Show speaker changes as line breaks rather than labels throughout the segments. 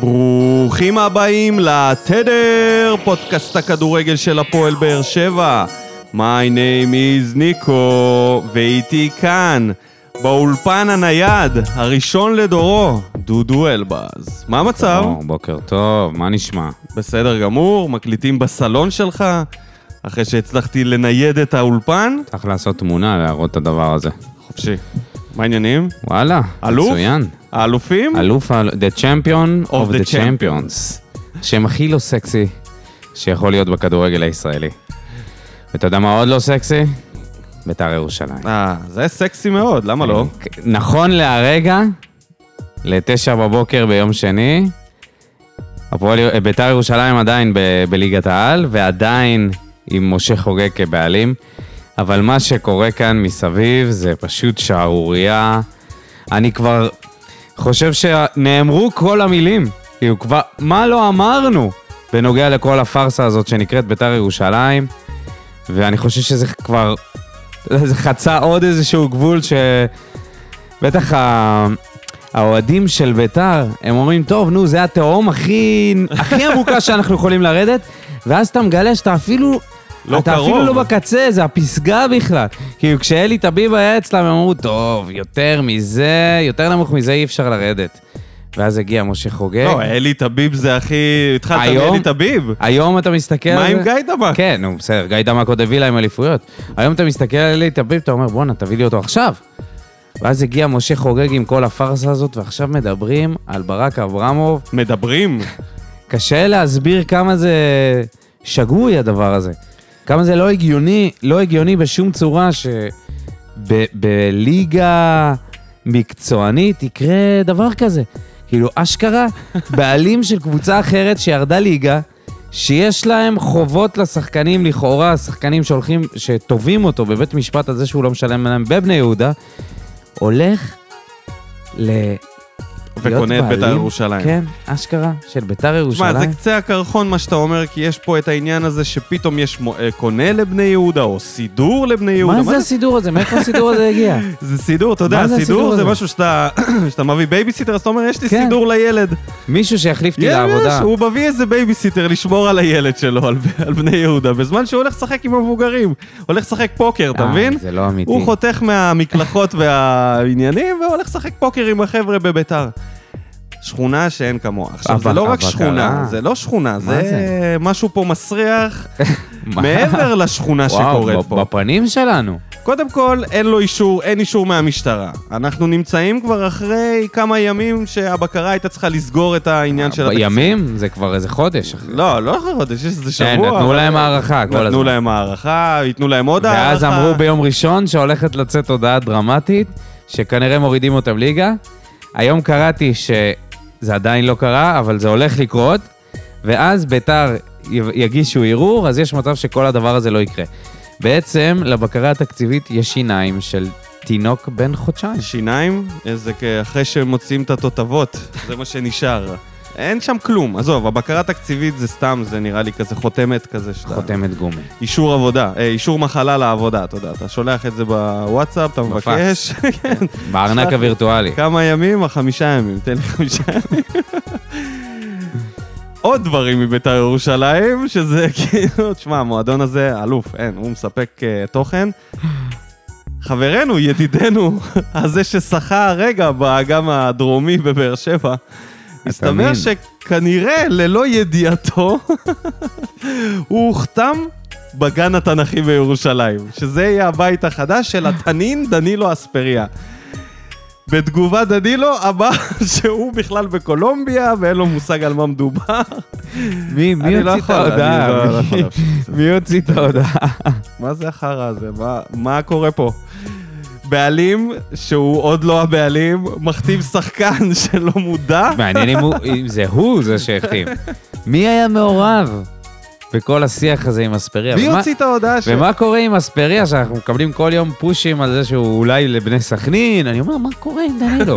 ברוכים הבאים לתדר, פודקאסט הכדורגל של הפועל באר שבע. My name is ניקו, ואיתי כאן, באולפן הנייד, הראשון לדורו, דודו אלבז. מה המצב?
או, בוקר טוב, מה נשמע?
בסדר גמור, מקליטים בסלון שלך, אחרי שהצלחתי לנייד את האולפן.
צריך לעשות תמונה להראות את הדבר הזה.
חופשי. מה העניינים?
וואלה,
אלוף?
מצוין.
האלופים?
אלוף, ה- the champion of,
Of the
the champions. שם הכי לא סקסי שיכול להיות בכדורגל הישראלי. ואתה יודע מה עוד לא סקסי? בית"ר ירושלים.
אה, זה סקסי מאוד, למה לא?
נכון להרגע, לתשע בבוקר ביום שני, הפועל- אה, בית"ר ירושלים עדיין ב- בליגת העל, ועדיין עם משה חוגג כבעלים, אבל מה שקורה כאן מסביב זה פשוט שערורייה. אני כבר חושב שנאמרו כל המילים. כאילו כבר, מה לא אמרנו בנוגע לכל הפארסה הזאת שנקראת בית"ר ירושלים? ואני חושב שזה כבר, זה חצה עוד איזשהו גבול ש... בטח ה... האוהדים של ביתר, הם אומרים, טוב, נו, זה התהום הכי, הכי עמוקה שאנחנו יכולים לרדת, ואז אתה מגלה שאתה אפילו...
לא
אתה
קרוב.
אפילו לא בקצה, זה הפסגה בכלל. כאילו, כשאלי טביב היה אצלם, הם אמרו, טוב, יותר מזה, יותר נמוך מזה אי אפשר לרדת. ואז הגיע משה חוגג.
לא, אלי טביב זה הכי... התחלת
כן. היום?
מאלי טביב?
היום אתה מסתכל על
מה
זה...
עם גיא דבק?
כן, נו, בסדר, גיא דמק עוד הביא להם אליפויות. היום אתה מסתכל על אלי תביב, אתה אומר, בואנה, תביא לי אותו עכשיו. ואז הגיע משה חוגג עם כל הפארסה הזאת, ועכשיו מדברים על ברק אברמוב.
מדברים?
קשה להסביר כמה זה שגוי הדבר הזה. כמה זה לא הגיוני, לא הגיוני בשום צורה שבליגה מקצוענית יקרה דבר כזה. כאילו, אשכרה, בעלים של קבוצה אחרת שירדה ליגה, שיש להם חובות לשחקנים, לכאורה, שחקנים שהולכים, שתובעים אותו בבית משפט על זה שהוא לא משלם להם בבני יהודה, הולך ל...
וקונה
להיות
את בית"ר
בעלים,
ירושלים.
כן, אשכרה, של ביתר
תשמע,
ירושלים.
זה קצה הקרחון מה שאתה אומר, כי יש פה את העניין הזה שפתאום יש מו- אה, קונה לבני יהודה, או סידור לבני יהודה.
מה זה הסידור הזה? מאיפה הסידור הזה הגיע?
זה סידור, אתה יודע,
מה זה הסידור
סידור זה
הזה?
משהו שאתה שאתה מביא בייביסיטר, אז אתה אומר, יש לי
כן.
סידור לילד.
מישהו שיחליף אותי
יש,
לעבודה.
הוא מביא איזה בייביסיטר לשמור על הילד שלו, על- על בני יהודה, בזמן שהוא הולך לשחק עם המבוגרים. הולך לשחק פוקר, אתה
אה,
מבין?
זה לא אמיתי.
הוא חותך מהמקלחות והעניינים, והולך לשחק פוקר עם החבר'ה בביתר. שכונה שאין כמוה. עכשיו, זה
אבל-
לא רק
אבל
שכונה,
קרה.
זה לא שכונה, זה
זה?
משהו פה מסריח
מה?
מעבר לשכונה
וואו,
שקורית
ב-
פה.
בפנים שלנו.
קודם כל, אין לו אישור, אין אישור מהמשטרה. אנחנו נמצאים כבר אחרי כמה ימים שהבקרה הייתה צריכה לסגור את העניין של התקציב.
ימים? זה כבר איזה חודש, אחי.
לא, לא אחרי חודש, יש איזה שבוע.
כן, נתנו
אבל-
להם הארכה כל
נתנו
הזמן.
להם הערכה, ייתנו להם עוד הערכה.
ואז אמרו ביום ראשון שהולכת לצאת הודעה דרמטית, שכנראה מורידים אותם ליגה. היום קראתי שזה עדיין לא קרה, אבל זה הולך לקרות, ואז ביתר י- יגישו ערעור, אז יש מצב שכל הדבר הזה לא יקרה. בעצם, לבקרה התקציבית יש שיניים של תינוק בן חודשיים.
שיניים, איזה כ- אחרי שמוציאים את התותבות, זה מה שנשאר. אין שם כלום. עזוב, הבקרה התקציבית זה סתם, זה נראה לי כזה חותמת כזה שאתה...
חותמת גומי.
אישור עבודה, אה, אישור מחלה לעבודה, אתה יודע. אתה שולח את זה בוואטסאפ, אתה מבקש.
בפקס.
כן.
בארנק הווירטואלי.
כמה ימים? החמישה ימים. תן לי חמישה ימים. עוד דברים מביתר ירושלים, שזה כאילו, תשמע, המועדון הזה אלוף, אין, הוא מספק אה, תוכן. חברנו, ידידנו, הזה ששחה הרגע באג"ם הדרומי בבאר שבע, מסתבר
מבין.
שכנראה, ללא ידיעתו, הוא הוכתם בגן התנ"כי בירושלים, שזה יהיה הבית החדש של התנין דנילו אספריה. בתגובה דנילו אמר שהוא בכלל בקולומביה ואין לו מושג על מה מדובר.
מי מי
אני לא
הוציא את
יכול, אני
ההודעה?
לא- לא יכול
מי-
להפסיק את זה.
מי הוציא את ההודעה?
מה זה החרא הזה? מה- מה קורה פה? בעלים שהוא עוד לא הבעלים, מכתיב שחקן שלא מודע.
מעניין אם, הוא, אם זה הוא זה שהכתיב. מי היה מעורב בכל השיח הזה עם אספריה?
מי
ומה-
הוציא את ההודעה שלו?
ומה קורה עם אספריה, שאנחנו מקבלים כל יום פושים על זה שהוא אולי לבני סכנין? אני אומר, מה קורה עם דנילו?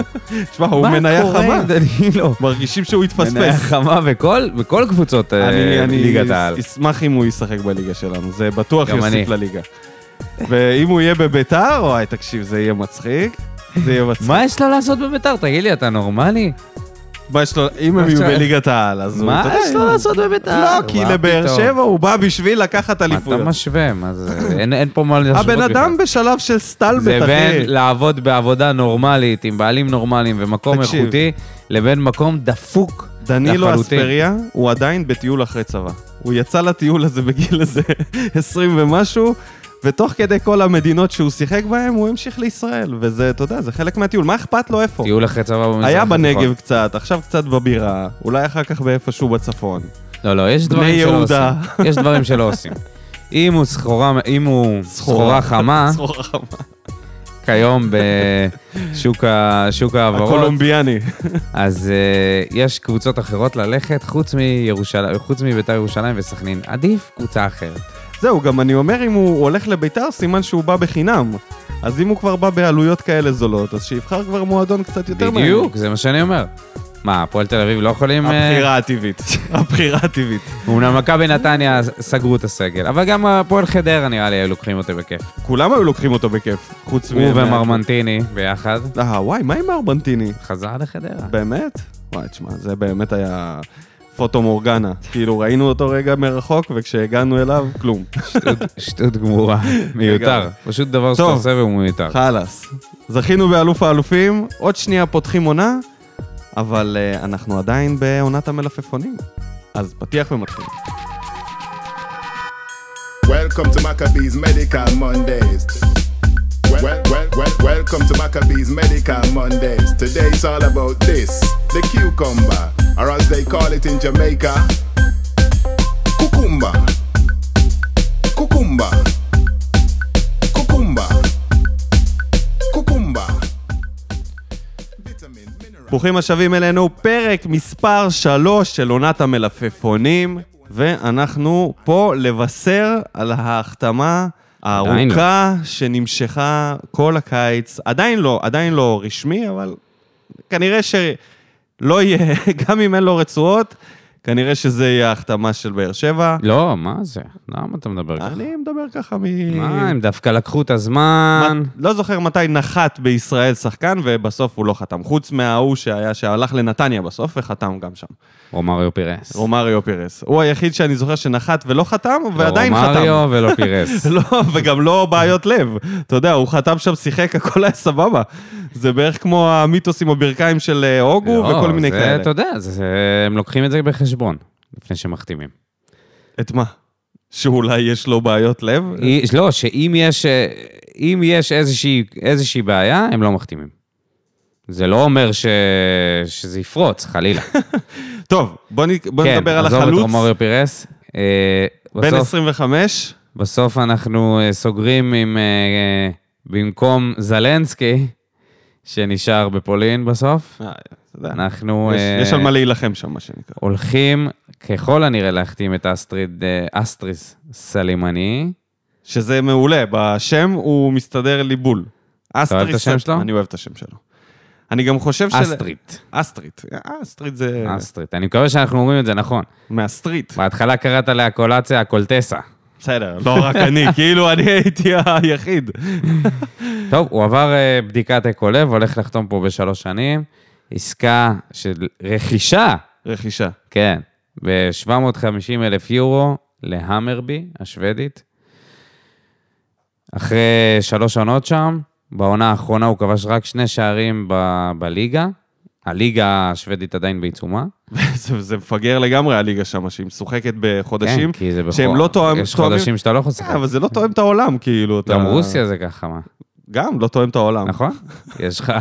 תשמע, הוא
מה
מניה
קורה
חמה.
עם דנילו?
מרגישים שהוא
מניה
התפספס.
חמה בכל, בכל קבוצות אה,
אני, אני
ליגת העל.
אשמח אם הוא ישחק בליגה שלנו, זה בטוח
גם
יוסיף
אני.
לליגה. ואם הוא יהיה בביתר, וואי, תקשיב, זה יהיה מצחיק. זה יהיה מצחיק.
מה יש לו לעשות בביתר? תגיד לי, אתה נורמלי?
מה יש לו, אם הם
מה
יהיו
יש לו-
בליגת העל, אז הוא...
מה
אתה יודע,
יש לו לעשות בביתר?
לא, כי
מה
לבאר
פתאום?
שבע הוא בא בשביל לקחת
מה אתה
אליפויות.
משווה? מה זה? אין- אין פה מה להשוות
הבן
בכלל.
אדם בשלב של סטלבט,
זה
אחי.
בין לעבוד בעבודה נורמלית, עם בעלים נורמליים ומקום
תקשיב. לא.
איכותי, לבין מקום דפוק
דנילו
לחלוטין.
אספריה הוא עדיין בטיול אחרי צבא. הוא יצא לטיול הזה בגיל איזה 20 ומשהו, ותוך כדי כל המדינות שהוא שיחק בהן, הוא המשיך לישראל. וזה, אתה יודע, זה חלק מהטיול. מה אכפת לו איפה?
טיול נכון. אחרי צבא במזרח
היה בנגב
התיכון.
קצת, עכשיו קצת בבירה, אולי אחר כך באיפשהו בצפון.
לא, לא, יש
בני
דברים שלא
יהודה.
עושים. יש דברים שלא עושים. אם הוא סחורה, אם הוא סחורה חמה,
סחורה חמה.
כיום בשוק ה- שוק ההעברות,
הקולומביאני.
אז אה, יש קבוצות אחרות ללכת חוץ מירושלים, חוץ מביתר ירושלים וסכנין. עדיף קבוצה אחרת.
זהו, גם אני אומר, אם הוא הולך לביתר, סימן שהוא בא בחינם. אז אם הוא כבר בא בעלויות כאלה זולות, אז שיבחר כבר מועדון קצת יותר מעניין.
בדיוק, זה מה שאני אומר. מה, הפועל תל אביב לא יכולים... אה,
הבחירה הטבעית. הבחירה הטבעית.
אמנם מכבי נתניה סגרו את הסגל, אבל גם הפועל חדרה נראה לי היו לוקחים אותי בכיף.
כולם היו לוקחים אותו בכיף, חוץ מ...
הוא ומרמנטיני ביחד,
אה, וואי, מה עם ארבנטיני?
חזר לחדרה.
באמת? וואי, תשמע, זה באמת היה פוטו מורגנה. כאילו, ראינו אותו רגע מרחוק, וכשהגענו אליו, כלום.
שטות- שטות גמורה, מיותר.
לגמרי.
פשוט דבר שאתה
טוב.
עושה והוא מיותר.
חלאס. זכינו באלוף האלופים, עוד שנייה פותחים עונה, אבל אה, אנחנו עדיין בעונת המלפפונים. אז פתיח ומתחיל.
Welcome to Maccabees Medical Mondays. Well, well, well, well, welcome to Maccabees Medical Mondays. Today it's all about this the cucumber, or as they call it in Jamaica, cucumba. Cucumba. Cucumba. Cucumba. Vitamins, minerals.
ברוכים השבים אלינו, פרק מספר 3 של עונת המלפפונים, ואנחנו פה לבשר על ההחתמה
עדיין לא.
הארוכה שנמשכה כל הקיץ. עדיין לא, עדיין לא רשמי, אבל כנראה שלא יהיה, גם אם אין לו רצועות, כנראה שזה יהיה ההחתמה של באר שבע.
לא, מה זה? למה אתה מדבר ככה?
אני מדבר ככה מ...
מה, הם דווקא לקחו את הזמן.
מה- לא זוכר מתי נחת בישראל שחקן, ובסוף הוא לא חתם. חוץ מההוא שהיה, שהלך לנתניה בסוף, וחתם גם שם.
רומריו פירס.
רומריו פירס. הוא היחיד שאני זוכר שנחת ולא חתם, ועדיין
לא
חתם.
רומריו ולא פירס.
לא, וגם לא בעיות לב. אתה יודע, הוא חתם שם, שיחק, הכל היה סבבה. זה בערך כמו המיתוס עם הברכיים של אה, הוגו
לא,
וכל מיני
זה,
כאלה.
אתה יודע, זה- זה- הם לוקחים את זה בחשבון, לפני שמחתימים.
את מה? שאולי יש לו בעיות לב?
אי- לא, שאם יש, אה, אם יש איזושהי, איזושהי בעיה, הם לא מחתימים. זה לא אומר ש... שזה יפרוץ, חלילה.
טוב, בוא נ- בוא נדבר על
כן, עזוב את
החלוץ,
רומאוריו פירס. אה,
בן
בסוף,
25.
בסוף אנחנו אה, סוגרים עם, אה, אה, במקום זלנסקי, שנשאר בפולין בסוף,
אה, אתה יודע,
אנחנו
יש-
אה,
יש על מה להילחם שם, מה שנקרא.
הולכים ככל הנראה להחתים את אסטריד, אה, אסטריס סלימני.
שזה מעולה, בשם הוא מסתדר לי בול. אתה
אוהב את השם שלו?
אני אוהב את השם שלו. אני גם חושב של... כן.
אסטריט,
אסטריט. אסטריט זה
אסטריט. אני מקווה שאנחנו אומרים את זה נכון.
מהסטריט.
בהתחלה קראת לה קולציה הקולטסה.
בסדר, לא רק אני, כאילו אני הייתי היחיד.
טוב, הוא עבר אה, בדיקת אקו לב, הולך לחתום פה בשלוש שנים. עסקה של רכישה,
רכישה.
כן, ב-750 אלף יורו להמרבי השוודית. אחרי שלוש עונות שם, בעונה האחרונה הוא כבש רק שני שערים ב- בליגה. הליגה השוודית עדיין בעיצומה.
זה, זה מפגר לגמרי הליגה שם, שהיא משוחקת בחודשים.
כן, כי זה בכל...
שהם לא תואם-
יש
תואמים-
חודשים שאתה לא יכול לשחק.
אה, אבל זה לא תואם את העולם, כאילו. אתה-
גם רוסיה זה ככה, מה?
גם, לא תואם את העולם.
נכון? יש לך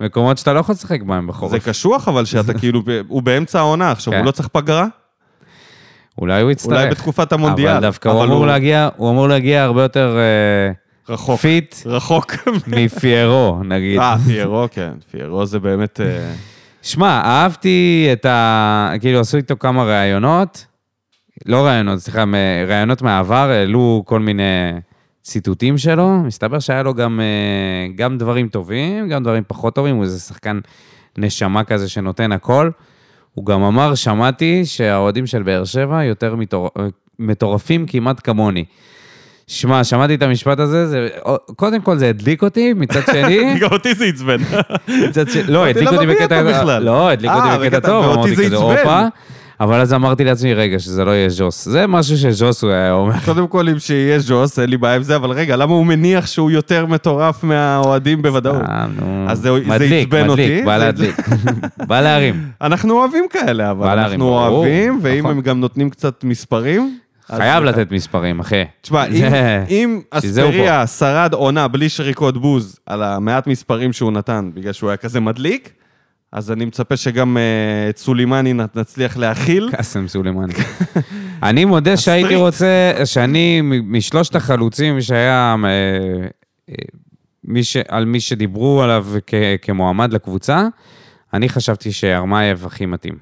מקומות שאתה לא יכול לשחק בהם
זה
בחורף.
קשוח, אבל שאתה כאילו, ב- הוא באמצע העונה עכשיו,
כן.
הוא לא צריך פגרה?
אולי הוא יצטרך.
אולי בתקופת המונדיאל.
אבל דווקא הוא אמור להגיע, הוא אמור להגיע הרבה יותר אה,
רחוק.
פיט
רחוק.
מפיירו, נגיד.
אה, פיירו, כן. פיירו זה באמת... אה,
שמע, אהבתי את ה... כאילו, עשו איתו כמה ראיונות. לא ראיונות, סליחה, מ- ראיונות מהעבר, העלו כל מיני ציטוטים שלו. מסתבר שהיה לו גם, אה, גם דברים טובים, גם דברים פחות טובים. הוא איזה שחקן נשמה כזה שנותן הכל. הוא גם אמר, שמעתי שהאוהדים של באר שבע יותר מתור... מטורפים כמעט כמוני. שמע, שמעתי את המשפט הזה, זה, קודם כל זה הדליק אותי, מצד שני,
גם אותי זה עצבן.
מצד ש... לא, הדליק
למה
אותי
מי
בקטע...
אתה בכלל?
לא, הדליק אותי
אה,
בקטע
בקטע-
טוב,
ואותי
אמרתי
זה
כזה,
עצבן.
הופה. אבל אז אמרתי לעצמי, רגע, שזה לא יהיה ז'וס. זה משהו שז'וס הוא היה אומר.
קודם כל, אם שיהיה ז'וס, אין לי בעיה עם זה, אבל רגע, למה הוא מניח שהוא יותר מטורף מהאוהדים בוודאות?
אה, נו.
אז זה- זה
מדליק,
עצבן אותי,
מדליק, בא
זה-
להדליק. בא להרים.
אנחנו אוהבים כאלה, אבל
וואלה,
אנחנו
ברור,
אוהבים, ואם
נכון.
הם גם נותנים קצת מספרים... אז
חייב
זה-
לתת מספרים, אחי.
תשמע,
זה-
אם- אם
שזה הוא
אספריה שרד עונה בלי שריקות בוז על המעט מספרים שהוא נתן, בגלל שהוא היה כזה מדליק, אז אני מצפה שגם אה, את סולימני נ- נצליח להכיל.
קאסם סולימאני. אני מודה שהייתי רוצה, שאני מ- משלושת החלוצים שהיה, אה, אה, מי ש- על מי שדיברו עליו כ- כמועמד לקבוצה, אני חשבתי שארמייב הכי מתאים.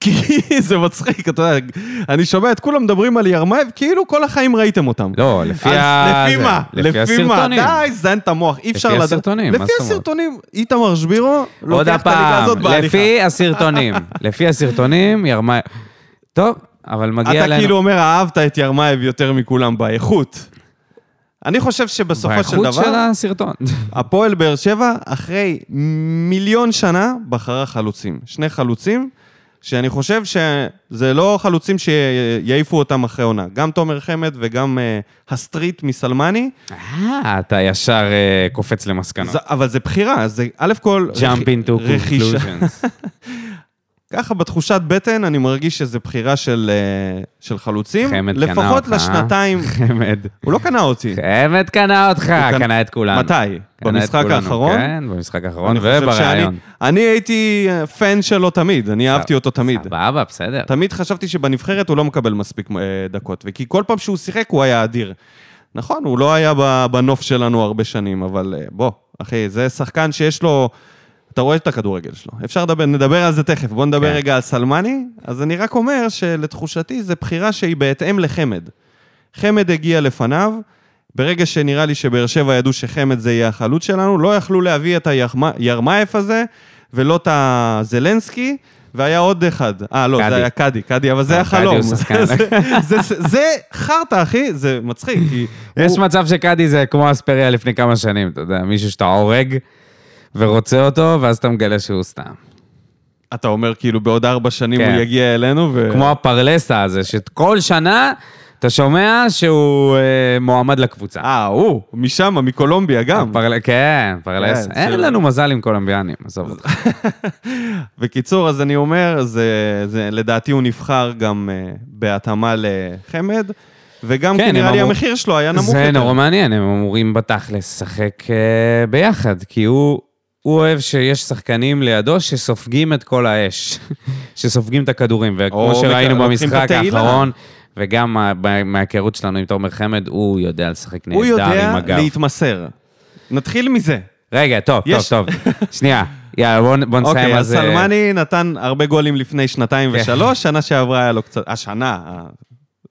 כי זה מצחיק, אתה יודע, אני שומע את כולם מדברים על ירמייב, כאילו כל החיים ראיתם אותם.
לא, לפי
אז
ה...
לפי
זה,
מה?
לפי
לפי מה?
הסרטונים.
די, זן את המוח, אי אפשר לדעת.
הסרטונים, מה
לפי
זאת אומרת?
הסרטונים, איתמר שבירו
עוד
לוקח את הליגה
הפעם,
הזאת בהליכה.
לפי הסרטונים. לפי הסרטונים, ירמייב... טוב, אבל מגיע
אתה
אלינו...
כאילו אומר, אהבת את ירמייב יותר מכולם באיכות. אני חושב שבסופו של
באיכות של
דבר,
הסרטון.
הפועל באר שבע, אחרי מיליון שנה, בחרה חלוצים. שני חלוצים, שאני חושב שזה לא חלוצים שיעיפו אותם אחרי עונה. גם תומר חמד וגם אה, הסטריט מסלמני,
אה, אתה ישר אה, קופץ למסקנות.
זה, אבל זה בחירה, זה א' כל...
jump
רכ-
into
רכישה-
conclusions.
ככה בתחושת בטן, אני מרגיש שזו בחירה של, אה, של חלוצים.
חמד קנה
לפחות
אותך, אה?
לשנתיים.
חמד.
הוא לא קנה אותי.
חמד קנה אותך,
הוא
קנה את כולנו.
מתי?
קנה את
במשחק
כולנו,
האחרון?
כן, במשחק האחרון
אני חושב
ובריאיון.
שאני- אני הייתי אה, פן שלו תמיד, אני אהבתי אותו תמיד.
סבבה, בסדר.
תמיד חשבתי שבנבחרת הוא לא מקבל מספיק אה, דקות, וכי כל פעם שהוא שיחק הוא היה אדיר. נכון, הוא לא היה ב- בנוף שלנו הרבה שנים, אבל אה, בוא, אחי, זה שחקן שיש לו... אתה רואה את הכדורגל שלו. אפשר לדבר, נדבר על זה תכף. בוא נדבר
כן.
רגע על סלמני. אז אני רק אומר שלתחושתי זו בחירה שהיא בהתאם לחמד. חמד הגיע לפניו, ברגע שנראה לי שבאר שבע ידעו שחמד זה יהיה החלוץ שלנו, לא יכלו להביא את הירמייף הזה, ולא את הזלנסקי, והיה עוד אחד. אה, לא,
קאדי.
זה היה קאדי, קאדי, אבל זה
אה,
היה
קאדי
חלום.
הוא שחקן.
זה- זה- זה- זה חרטא, אחי, זה מצחיק, כי...
יש
הוא-
מצב שקאדי זה כמו אספריה לפני כמה שנים, אתה יודע, מישהו שאתה הורג ורוצה אותו, ואז אתה מגלה שהוא סתם.
כן. אתה אומר, כאילו, בעוד ארבע שנים
כן.
הוא יגיע אלינו, ו...
כמו הפרלסה הזה, שכל שנה אתה שומע שהוא אה, מועמד לקבוצה.
אה, הוא, משם, מקולומביה גם.
הפרל- כן, פרלסה.
כן,
אין
של-
לנו מזל עם קולומביאנים, עזוב אותך.
בקיצור, אז אני אומר, זה, זה, לדעתי הוא נבחר גם אה, בהתאמה לחמד, וגם
כן,
כי נראה
הם
לי
אמרו-
המחיר שלו היה נמוך
זה
יותר.
נורא מעניין, הם אמורים בתכלס לשחק אה, ביחד, כי הוא, הוא אוהב שיש שחקנים לידו שסופגים את כל האש, שסופגים את הכדורים, וכמו
או
שראינו
מק- לוקחים את
במשחק
התהילה.
האחרון, וגם מה- ב- מההיכרות שלנו עם תומר חמד, הוא יודע לשחק
הוא
נהדר
יודע
עם הגב.
להתמסר. נתחיל מזה.
רגע, טוב, טוב,
יש-
טוב. שנייה, יאללה, בוא נ- בוא נסיים
אוקיי,
על
אז
זה.
סלמני נתן הרבה גולים לפני שנתיים
כן.
ושלוש, שנה שעברה היה לו קצת, השנה, אה,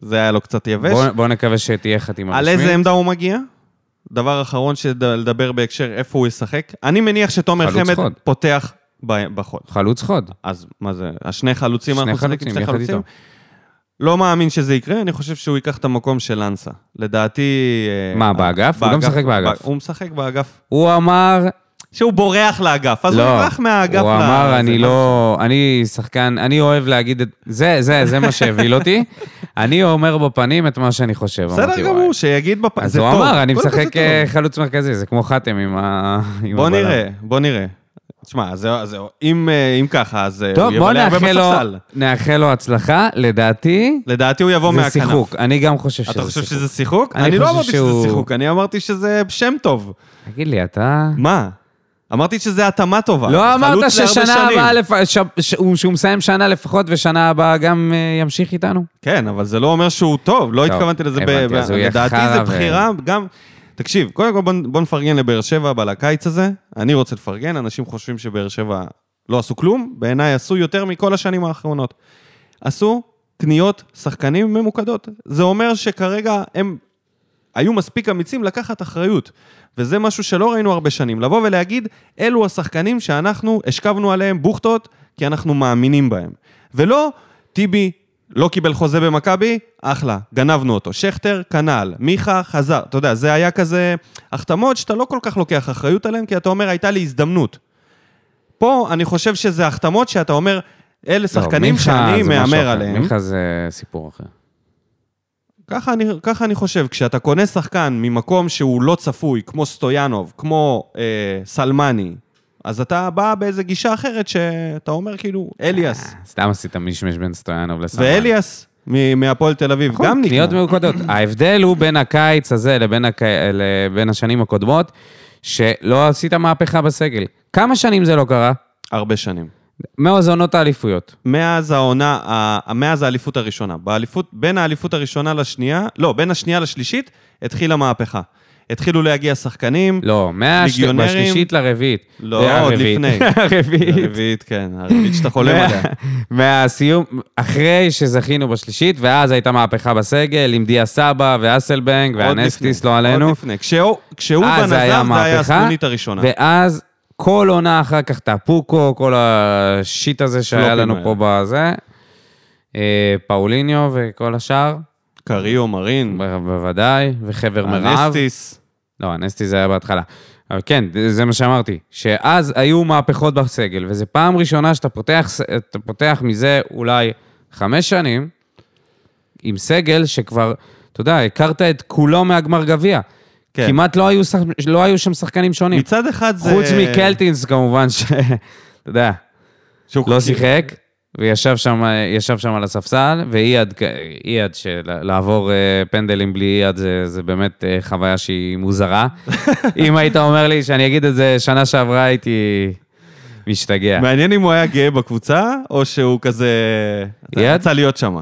זה היה לו קצת יבש.
בוא- בוא נקווה שתהיה חתימה
על
רשמית.
איזה עמדה הוא מגיע? דבר אחרון שלדבר בהקשר, איפה הוא ישחק. אני מניח שתומר
חלוץ
חמד
חוד.
פותח ב- בחוד.
חלוץ חוד.
אז מה זה, השני חלוצים,
שני
אנחנו נשחק עם
חלוצים,
שני
יחד
חלוצים?
איתו.
לא מאמין שזה יקרה, אני חושב שהוא ייקח את המקום של אנסה. לדעתי... אה,
מה, באגף? הוא לא משחק באגף.
הוא משחק באגף.
הוא אמר,
שהוא בורח לאגף, אז הוא
לא,
יברח מהאגף.
הוא
ל-
אמר,
זה
אני
מה-
לא... אני שחקן, אני אוהב להגיד את... זה, זה, זה מה שהבהיל אותי. אני אומר בפנים את מה שאני חושב. אמרתי,
בסדר
"וואי".
גמור, שיגיד בפ...
אז
זה
הוא
טוב.
אמר, אני
קודם כל זה
משחק
טוב.
אה, חלוץ מרכזי, זה כמו חתם עם ה... עם
בוא
הבלם.
נראה, בוא נראה. תשמע, זה- זה- אם אה, אם ככה, אז אה, הוא
טוב, בוא
ימלא הרבה
נאחל לו-
בספסל.
נאחל לו הצלחה. לדעתי,
לדעתי הוא יבוא
זה
מהכנף.
שיחוק. אני גם חושב שזה
אתה חושב
שיחוק.
שזה שיחוק?
אני
אני לא
חושב
אמרתי שזה
שהוא-
שיחוק, אני אמרתי שזה שם טוב.
תגיד לי, אתה...
מה? אמרתי שזה התאמה טובה.
לא אמרת
חלוץ להרבה
ששנה
שנים.
הבאה, לפ- ש- שהוא שהוא מסיים שנה לפחות, ושנה הבאה גם אה, ימשיך איתנו?
כן, אבל זה לא אומר שהוא טוב, לא
טוב,
התכוונתי לזה. ב-
הבנתי,
ב-
אז הוא יהיה
לדעתי
חרא
זה
ו-
בחירה גם... תקשיב, קודם כל בוא- בוא נפרגן לבאר שבע על הקיץ הזה. אני רוצה לפרגן, אנשים חושבים שבאר שבע לא עשו כלום, בעיניי עשו יותר מכל השנים האחרונות. עשו קניות שחקנים ממוקדות. זה אומר שכרגע הם היו מספיק אמיצים לקחת אחריות. וזה משהו שלא ראינו הרבה שנים. לבוא ולהגיד, אלו השחקנים שאנחנו השכבנו עליהם בוכטות, כי אנחנו מאמינים בהם. ולא, טיבי לא קיבל חוזה במכבי, אחלה, גנבנו אותו. שכטר, כנ"ל. מיכה, חזר. אתה יודע, זה היה כזה החתמות שאתה לא כל כך לוקח אחריות עליהן, כי אתה אומר, הייתה לי הזדמנות. פה אני חושב שזה החתמות שאתה אומר, אלה שחקנים
לא, מיכה
שאני
זה משהו
מהמר
אחר.
עליהם.
מיכה זה סיפור אחר.
ככה אני, ככה אני חושב, כשאתה קונה שחקן ממקום שהוא לא צפוי, כמו סטויאנוב, כמו אה, סלמני, אז אתה בא באיזה גישה אחרת שאתה אומר כאילו, אליאס.
אה, סתם עשית מישמש בין סטויאנוב לסמן.
ואליאס מ- מהפועל תל אביב גם נקנה.
קניות מלוכדות. ההבדל הוא בין הקיץ הזה לבין, הק... לבין השנים הקודמות, שלא עשית מהפכה בסגל. כמה שנים זה לא קרה?
הרבה שנים.
מאז עונות האליפויות.
מאז העונה, ה- מאז האליפות הראשונה. באליפות, בין האליפות הראשונה לשנייה, לא, בין השנייה לשלישית, התחילה מהפכה. התחילו להגיע שחקנים.
לא, מהש...
ליגיונרים.
בשלישית לרביעית.
לא, עוד
הרביעית.
לפני.
הרביעית.
הרביעית, כן, הרביעית שאתה חולם
מה-
עליה.
מהסיום, אחרי שזכינו בשלישית, ואז הייתה מהפכה בסגל, עם דיה סבא ואסלבנג
עוד
והנסטיס,
לפני,
לא עלינו.
עוד לפני. כשהוא כשהוא
אה,
בנזר,
זה היה
זה היה
מהפכה,
הסנונית הראשונה.
ואז כל עונה אחר כך טפוקו, כל השיט הזה שהיה
פלופים
לנו פה בזה, אה, פאוליניו וכל השאר,
קריו, מרין,
ב- בוודאי, וחבר מרעב.
אנסטיס.
לא, הנסטי זה היה בהתחלה. אבל כן, זה מה שאמרתי, שאז היו מהפכות בסגל, וזו פעם ראשונה שאתה פותח, ס- אתה פותח מזה אולי חמש שנים, עם סגל שכבר, אתה יודע, הכרת את כולו מהגמר גביע.
כן.
כן. כמעט לא היו, שח... לא היו שם שחקנים שונים.
מצד אחד זה...
חוץ מקלטינס כמובן, שאתה יודע,
שהוא-
לא שיחק, וישב שם, ישב שם על הספסל, ואייד, אייד, שלעבור אה, פנדלים בלי אייד זה, זה באמת אה, חוויה שהיא מוזרה. אם היית אומר לי שאני אגיד את זה שנה שעברה, הייתי משתגע.
מעניין אם הוא היה גאה בקבוצה, או שהוא כזה... אתה
יד?
רצה להיות שם.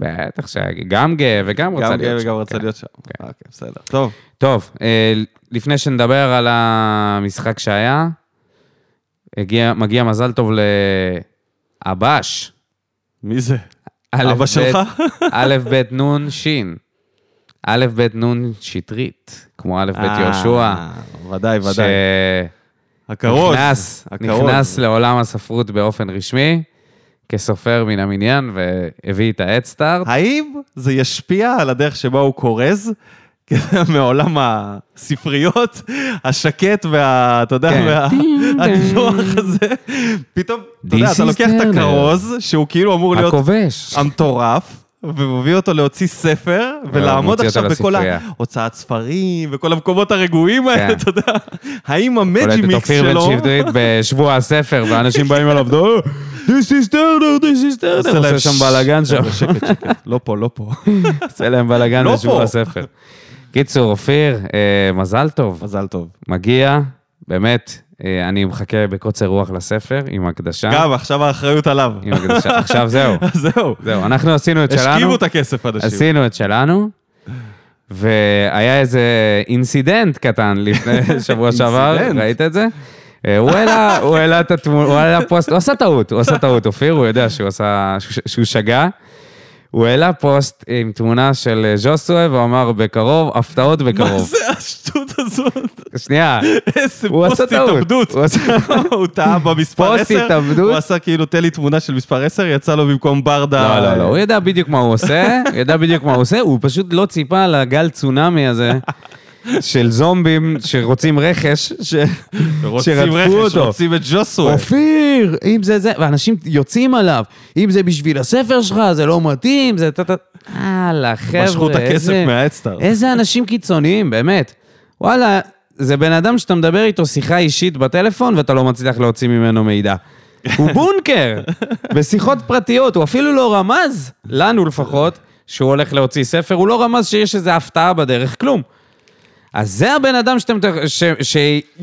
בטח שגם גאה וגם רוצה
גם
להיות
גאה
שם.
וגם רצה
כן.
להיות שם. אוקיי, בסדר. טוב.
טוב, אה, לפני שנדבר על המשחק שהיה, הגיע, מגיע מזל טוב לעבש.
מי זה?
א',
אבא
ב',
שלך?
א', ב', נ', ש'. א', ב', נ', שטרית, כמו א', ב', יהושע.
אה, ודאי, ודאי. הכרוז.
שנכנס
הכרוז.
נכנס לעולם הספרות באופן רשמי, כסופר מן המניין, והביא את האדסטארט.
האם זה ישפיע על הדרך שבה הוא כורז? מעולם הספריות, השקט וה... אתה יודע,
כן.
וה- הנינוח הזה. פתאום, אתה יודע,
This
אתה
is
לוקח את
Turner.
הכרוז, שהוא כאילו אמור להיות
הכובש.
המטורף, ומביא אותו להוציא ספר, ולעמוד
מוציא
עכשיו
אותו
בכל
לספרייה.
ההוצאת ספרים, וכל המקומות הרגועים האלה,
כן.
אתה יודע, האם
קולט
המג'י
את
מיקס
אופיר בן
שלו...
שטרית בשבוע הספר, ואנשים באים אליו, "אה, This is Turner, this is Turner.
להם
עושה שם
ש-
בלאגן שם.
רגע, שקט, שקט, לא פה, לא פה.
עושה להם בלאגן
לא פה.
בשבוע הספר. קיצור, אופיר, אה, מזל טוב.
מזל טוב.
מגיע, באמת, אה, אני מחכה בקוצר רוח לספר, עם הקדשה.
גם, עכשיו האחריות עליו.
עם הקדשה. עכשיו זהו,
זהו.
זהו, אנחנו עשינו את
השכיבו
שלנו,
את הכסף, אנשים.
עשינו את שלנו, והיה איזה אינסידנט קטן לפני שבוע שעבר,
אינסידנט.
ראית את זה? אה, הוא העלה, הוא העלה את התמונה, הוא העלה פוסט, הוא עשה טעות, הוא עשה טעות, אופיר, הוא יודע שהוא עשה, שהוא- שהוא שגה. הוא העלה פוסט עם תמונה של אה, ז'וסווה, והוא אמר, בקרוב, הפתעות
מה
בקרוב.
זה השטות הזאת?
שנייה,
איזה
הוא
פוסט
עשה טעות.
התאבדות.
הוא עשה-
הוא טעה במספר 10.
פוסט התאבדות.
הוא עשה כאילו, תן לי תמונה של מספר 10, יצא לו במקום ברדה.
לא, לא, לא, הוא ידע בדיוק מה הוא עושה, הוא ידע בדיוק מה הוא עושה, הוא פשוט לא ציפה לגל צונאמי הזה של זומבים שרוצים רכש, ש...
רוצים
שרדפו
רכש,
אותו.
רוצים את ג'וסווה.
אופיר, אם זה זה, ואנשים יוצאים עליו, אם זה בשביל הספר שלך, זה לא מתאים, זה טה טה... יאללה, חבר'ה,
משכו את הכסף
איזה-
מההדסטארט.
איזה אנשים קיצוניים, באמת. וואלה, זה בן אדם שאתה מדבר איתו שיחה אישית בטלפון ואתה לא מצליח להוציא ממנו מידע. הוא בונקר, בשיחות פרטיות, הוא אפילו לא רמז, לנו לפחות, שהוא הולך להוציא ספר, הוא לא רמז שיש איזו הפתעה בדרך, כלום. אז זה הבן אדם שאתם, ש,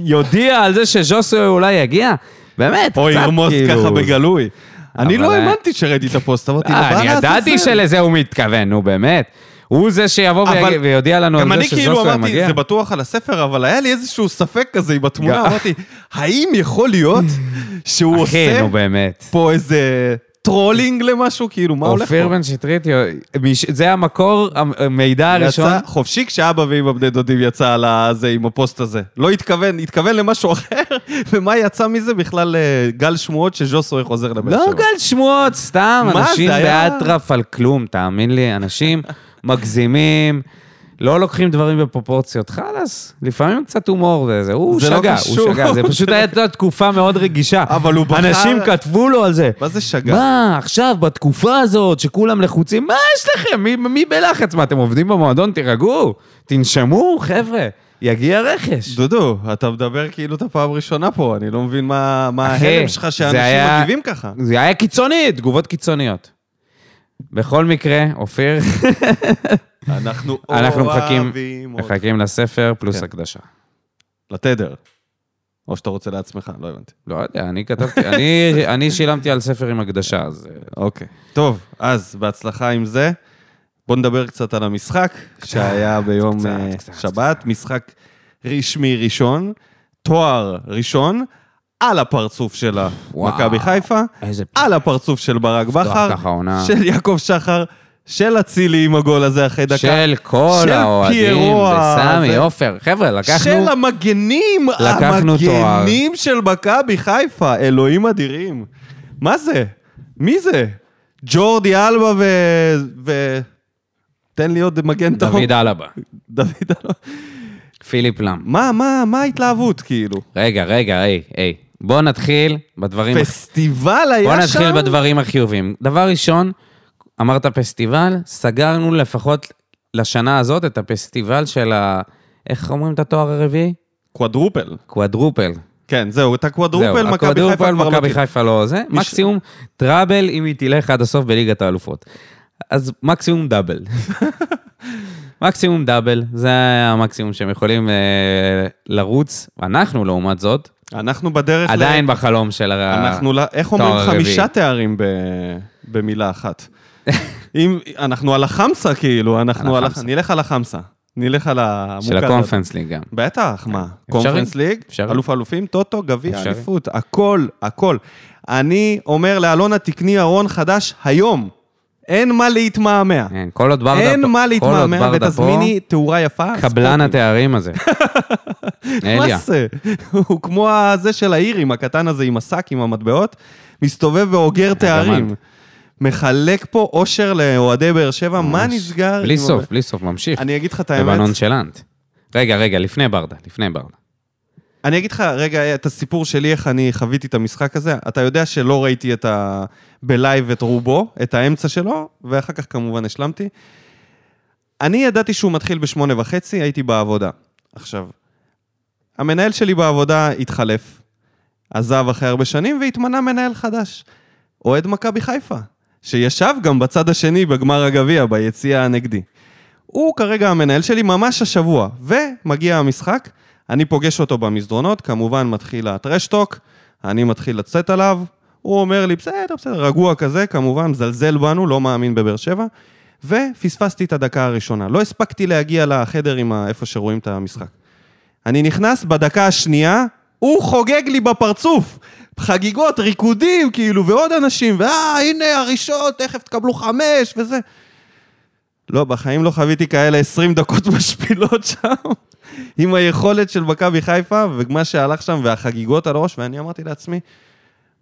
שיודיע על זה שז'וסו אולי יגיע? באמת,
או
קצת
ירמוס
כאילו...
ככה בגלוי. אני לא
אבל-
האמנתי שראיתי את הפוסט, אמרתי,
אה,
לבעל
אני ידעתי
לעזאזל."
שלזה הוא מתכוון, נו באמת. הוא זה שיבוא
אבל-
ויגיד- ויודיע לנו
גם
על זה
אני כאילו
שז'וסו
אמרתי,
מגיע.
זה בטוח על הספר, אבל היה לי איזשהו ספק כזה עם התמונה,
גם-
אמרתי, האם יכול להיות שהוא
אחי,
עושה
נו באמת.
פה איזה טרולינג למשהו? כאילו, מה הולך פה?
אופיר בן שטרית, מש- זה המקור, המידע הראשון.
יצא חופשי כשאבא ואמא בני דודים יצא על הזה עם הפוסט הזה. לא התכוון, התכוון למשהו אחר, ומה יצא מזה בכלל אה, גל שמועות שז'וסוי חוזר לבאר
לא גל שמועות, סתם,
מה,
אנשים
זה היה-
באטרף על כלום, תאמין לי, אנשים מגזימים, לא לוקחים דברים בפרופורציות, חלאס, לפעמים קצת הומור וזה, הוא
זה לא
שגה,
קשור.
הוא שגע, זה פשוט הייתה תקופה מאוד רגישה.
אבל הוא בחר-
אנשים כתבו לו על זה.
מה זה שגה?
מה, עכשיו, בתקופה הזאת, שכולם לחוצים, מה יש לכם? מי, מי בלחץ? מה, אתם עובדים במועדון? תירגעו, תנשמו, חבר'ה, יגיע רכש.
דודו, אתה מדבר כאילו את הפעם הראשונה פה, אני לא מבין מה מה
אחי,
ההלם שלך
זה
שאנשים
היה-
מגיבים ככה.
זה היה קיצוני, תגובות קיצוניות. בכל מקרה, אופיר,
אנחנו
אנחנו מחכים,
אוהבים אותך.
מחכים לספר פלוס
כן.
הקדשה.
לתדר. או שאתה רוצה לעצמך, לא הבנתי.
לא יודע, אני כתבתי, אני, אני שילמתי על ספר עם הקדשה, אז... אה,
אוקיי. טוב, אז בהצלחה עם זה. בואו נדבר קצת על המשחק שהיה ביום
קצת,
אה,
קצת,
שבת. משחק רשמי ראשון, תואר ראשון, על הפרצוף של
וואו.
מכבי חיפה,
איזה...
על הפרצוף של ברק בכר,
אה, לא, ככה עונה.
של יעקב שחר, של אצילי עם הגול הזה אחרי דקה,
של כל
של
האוהדים,
פיירו,
וסמי,
זה-
עופר, חבר'ה, לקחנו...
של המגנים,
לקחנו תואר.
המגנים של מכבי חיפה, אלוהים אדירים. מה זה? מי זה? ג'ורדי אלבה ו... ו... תן לי עוד מגן טוב.
דוד אלבה,
דוד אלבה.
פיליפ לם.
מה, מה, מה ההתלהבות, כאילו?
רגע, רגע, היי, היי. בואו נתחיל בדברים...
פסטיבל היה שם?
בואו נתחיל בדברים החיוביים. דבר ראשון, אמרת פסטיבל, סגרנו לפחות לשנה הזאת את הפסטיבל של ה... איך אומרים את התואר הרביעי?
קוואדרופל.
קוואדרופל.
כן, זהו, את
זהו,
הקוואדרופל, מכבי חיפה
הקוואדרופל,
כבר לא תהיה.
מכבי חיפה לא זה. מקסימום טראבל אם היא תלך עד הסוף בליגת האלופות. אז מקסימום דאבל. מקסימום דאבל, זה המקסימום שהם יכולים אה, לרוץ. אנחנו, לעומת זאת,
אנחנו בדרך ל...
עדיין בחלום של ה...
אנחנו, לא- איך אומרים
תואר רביעי.
חמישה תארים ב- במילה אחת? אם אנחנו על החמסה, כאילו,
על
אנחנו על
החמסה.
החמסה. נלך על החמסה. נלך על המוכר.
של הקונפרנס ליג גם.
בטח, מה?
אפשרי,
קונפרנס ליג,
אפשרי.
אלוף אלופים, טוטו, גביע,
אפשרי.
אליפות, הכל, הכל. אני אומר לאלונה, תקני ארון חדש היום. אין מה להתמעמע.
אין, כל עוד כן. ברדה
אין
פה-
מה
כל עוד
להתמעמע,
ברדה
ותזמיני תאורה יפה.
פה, קבלן
ספורטים.
התארים הזה. אליה,
מה זה? הוא כמו הזה של האירים, הקטן הזה עם השק, עם המטבעות, מסתובב ואוגר תארים. מחלק פה אושר לאוהדי באר שבע, מה נסגר?
בלי
עם
סוף,
ה-
בלי סוף, ממשיך.
אני אגיד לך את
לבנון
האמת,
שלנט. רגע, רגע, לפני ברדה, לפני ברדה.
אני אגיד לך רגע את הסיפור שלי, איך אני חוויתי את המשחק הזה. אתה יודע שלא ראיתי את ה... בלייב את רובו, את האמצע שלו, ואחר כך כמובן השלמתי. אני ידעתי שהוא מתחיל בשמונה וחצי, הייתי בעבודה. עכשיו, המנהל שלי בעבודה התחלף, עזב אחרי הרבה שנים והתמנה מנהל חדש, אוהד מכבי חיפה, שישב גם בצד השני בגמר הגביע, ביציע הנגדי. הוא כרגע המנהל שלי ממש השבוע, ומגיע המשחק, אני פוגש אותו במסדרונות, כמובן מתחיל הטרשטוק, אני מתחיל לצאת עליו, הוא אומר לי, בסדר, בסדר, רגוע כזה, כמובן, מזלזל בנו, לא מאמין בבאר שבע, ופספסתי את הדקה הראשונה. לא הספקתי להגיע לחדר עם ה- איפה שרואים את המשחק. אני נכנס בדקה השנייה, הוא חוגג לי בפרצוף. חגיגות, ריקודים, כאילו, ועוד אנשים, ואה, הנה הראשון, תכף תקבלו חמש, וזה. לא, בחיים לא חוויתי כאלה 20 דקות משפילות שם, עם היכולת של מכבי חיפה, ומה שהלך שם, והחגיגות על הראש, ואני אמרתי לעצמי,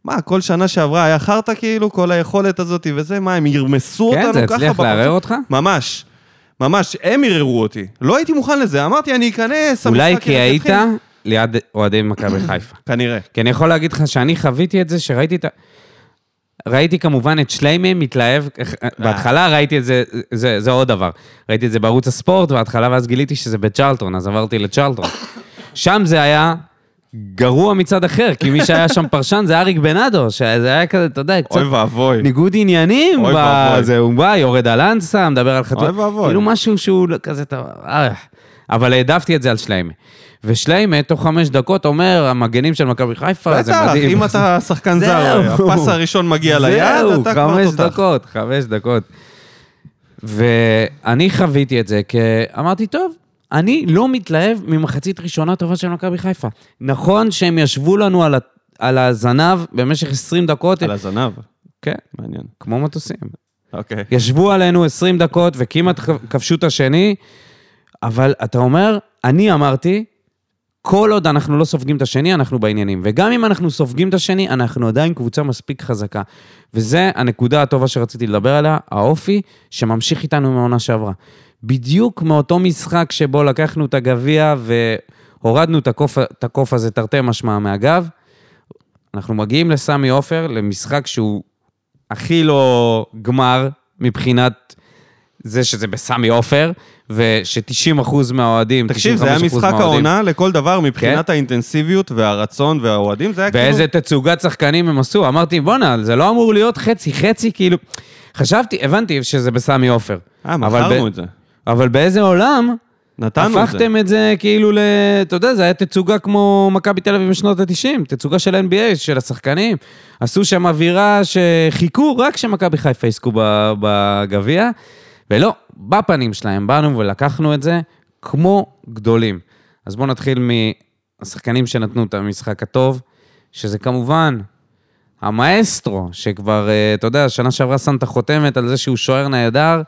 מה, כל שנה שעברה היה חרטא כאילו, כל היכולת הזאת וזה, מה, הם ירמסו
כן,
אותנו
זה
ככה
הצליח לערער אותך?
ממש. ממש, הם ערערו אותי. לא הייתי מוכן לזה, אמרתי, אני אכנס,
אולי
המשחק
כי
ילך,
היית
יתחיל.
ליד אוהדי מכבי חיפה.
כנראה.
כי אני יכול להגיד לך שאני חוויתי את זה, שראיתי את ה... ראיתי כמובן את שליימי מתלהב, בהתחלה ראיתי את זה, זה, זה עוד דבר. ראיתי את זה בערוץ הספורט בהתחלה, ואז גיליתי שזה בצ'רלטון, אז עברתי לצ'רלטון. שם זה היה גרוע מצד אחר, כי מי שהיה שם פרשן זה אריק בנאדו, שזה היה כזה, אתה יודע, קצת
אוי ואבוי.
ניגוד עניינים.
כן. אוי ואבוי.
זה, הוא בא, יורד על אנסה, מדבר על חתול.
אוי ואבוי.
כאילו משהו שהוא לא- כזה, אתה... אה. אבל העדפתי את זה על שליימה. ושליימה, תוך חמש דקות, אומר, המגנים של מכבי חיפה, זה
בטח,
מדהים.
אם אתה שחקן זר,
זהו.
הפס הראשון מגיע ליד,
זהו,
אתה כבר
חמש
תותח.
דקות, חמש דקות. ואני חוויתי את זה, כי אמרתי, טוב, אני לא מתלהב ממחצית ראשונה טובה של מכבי חיפה. נכון שהם ישבו לנו על ה... על הזנב במשך 20 דקות,
על הזנב.
כן,
מעניין.
כמו מטוסים.
אוקיי.
ישבו עלינו 20 דקות וכמעט כ- כבשו את השני, אבל אתה אומר, אני אמרתי, כל עוד אנחנו לא סופגים את השני, אנחנו בעניינים. וגם אם אנחנו סופגים את השני, אנחנו עדיין קבוצה מספיק חזקה. וזה הנקודה הטובה שרציתי לדבר עליה, האופי שממשיך איתנו מהעונה שעברה. בדיוק מאותו משחק שבו לקחנו את הגביע והורדנו את הקוף, את הקוף הזה תרתי משמע מהגב, אנחנו מגיעים לסמי עופר, למשחק שהוא הכי לא גמר מבחינת זה שזה בסמי עופר, וש-90% מהאוהדים, 95% מהאוהדים...
תקשיב, זה היה משחק העונה לכל דבר מבחינת האינטנסיביות והרצון והאוהדים, זה היה כאילו...
כן. ואיזה תצוגת שחקנים הם עשו. אמרתי, בואנה, זה לא אמור להיות חצי-חצי, כאילו... חשבתי, הבנתי שזה בסמי עופר.
אה,
אבל
מכרנו
ב-
את זה.
אבל באיזה עולם
נתנו את זה.
הפכתם את זה כאילו ל... אתה יודע, זה היה תצוגה כמו מכבי תל אביב בשנות ה-90, תצוגה של NBA, של השחקנים. עשו שם אווירה שחיכו רק שמכבי חיפה יזכו ב- בגביע, ולא, בפנים שלהם באנו ולקחנו את זה כמו גדולים. אז בואו נתחיל מהשחקנים שנתנו את המשחק הטוב, שזה כמובן המאסטרו, שכבר, אה, אתה יודע, שנה שעברה שם את החותמת על זה שהוא שוער נהדר,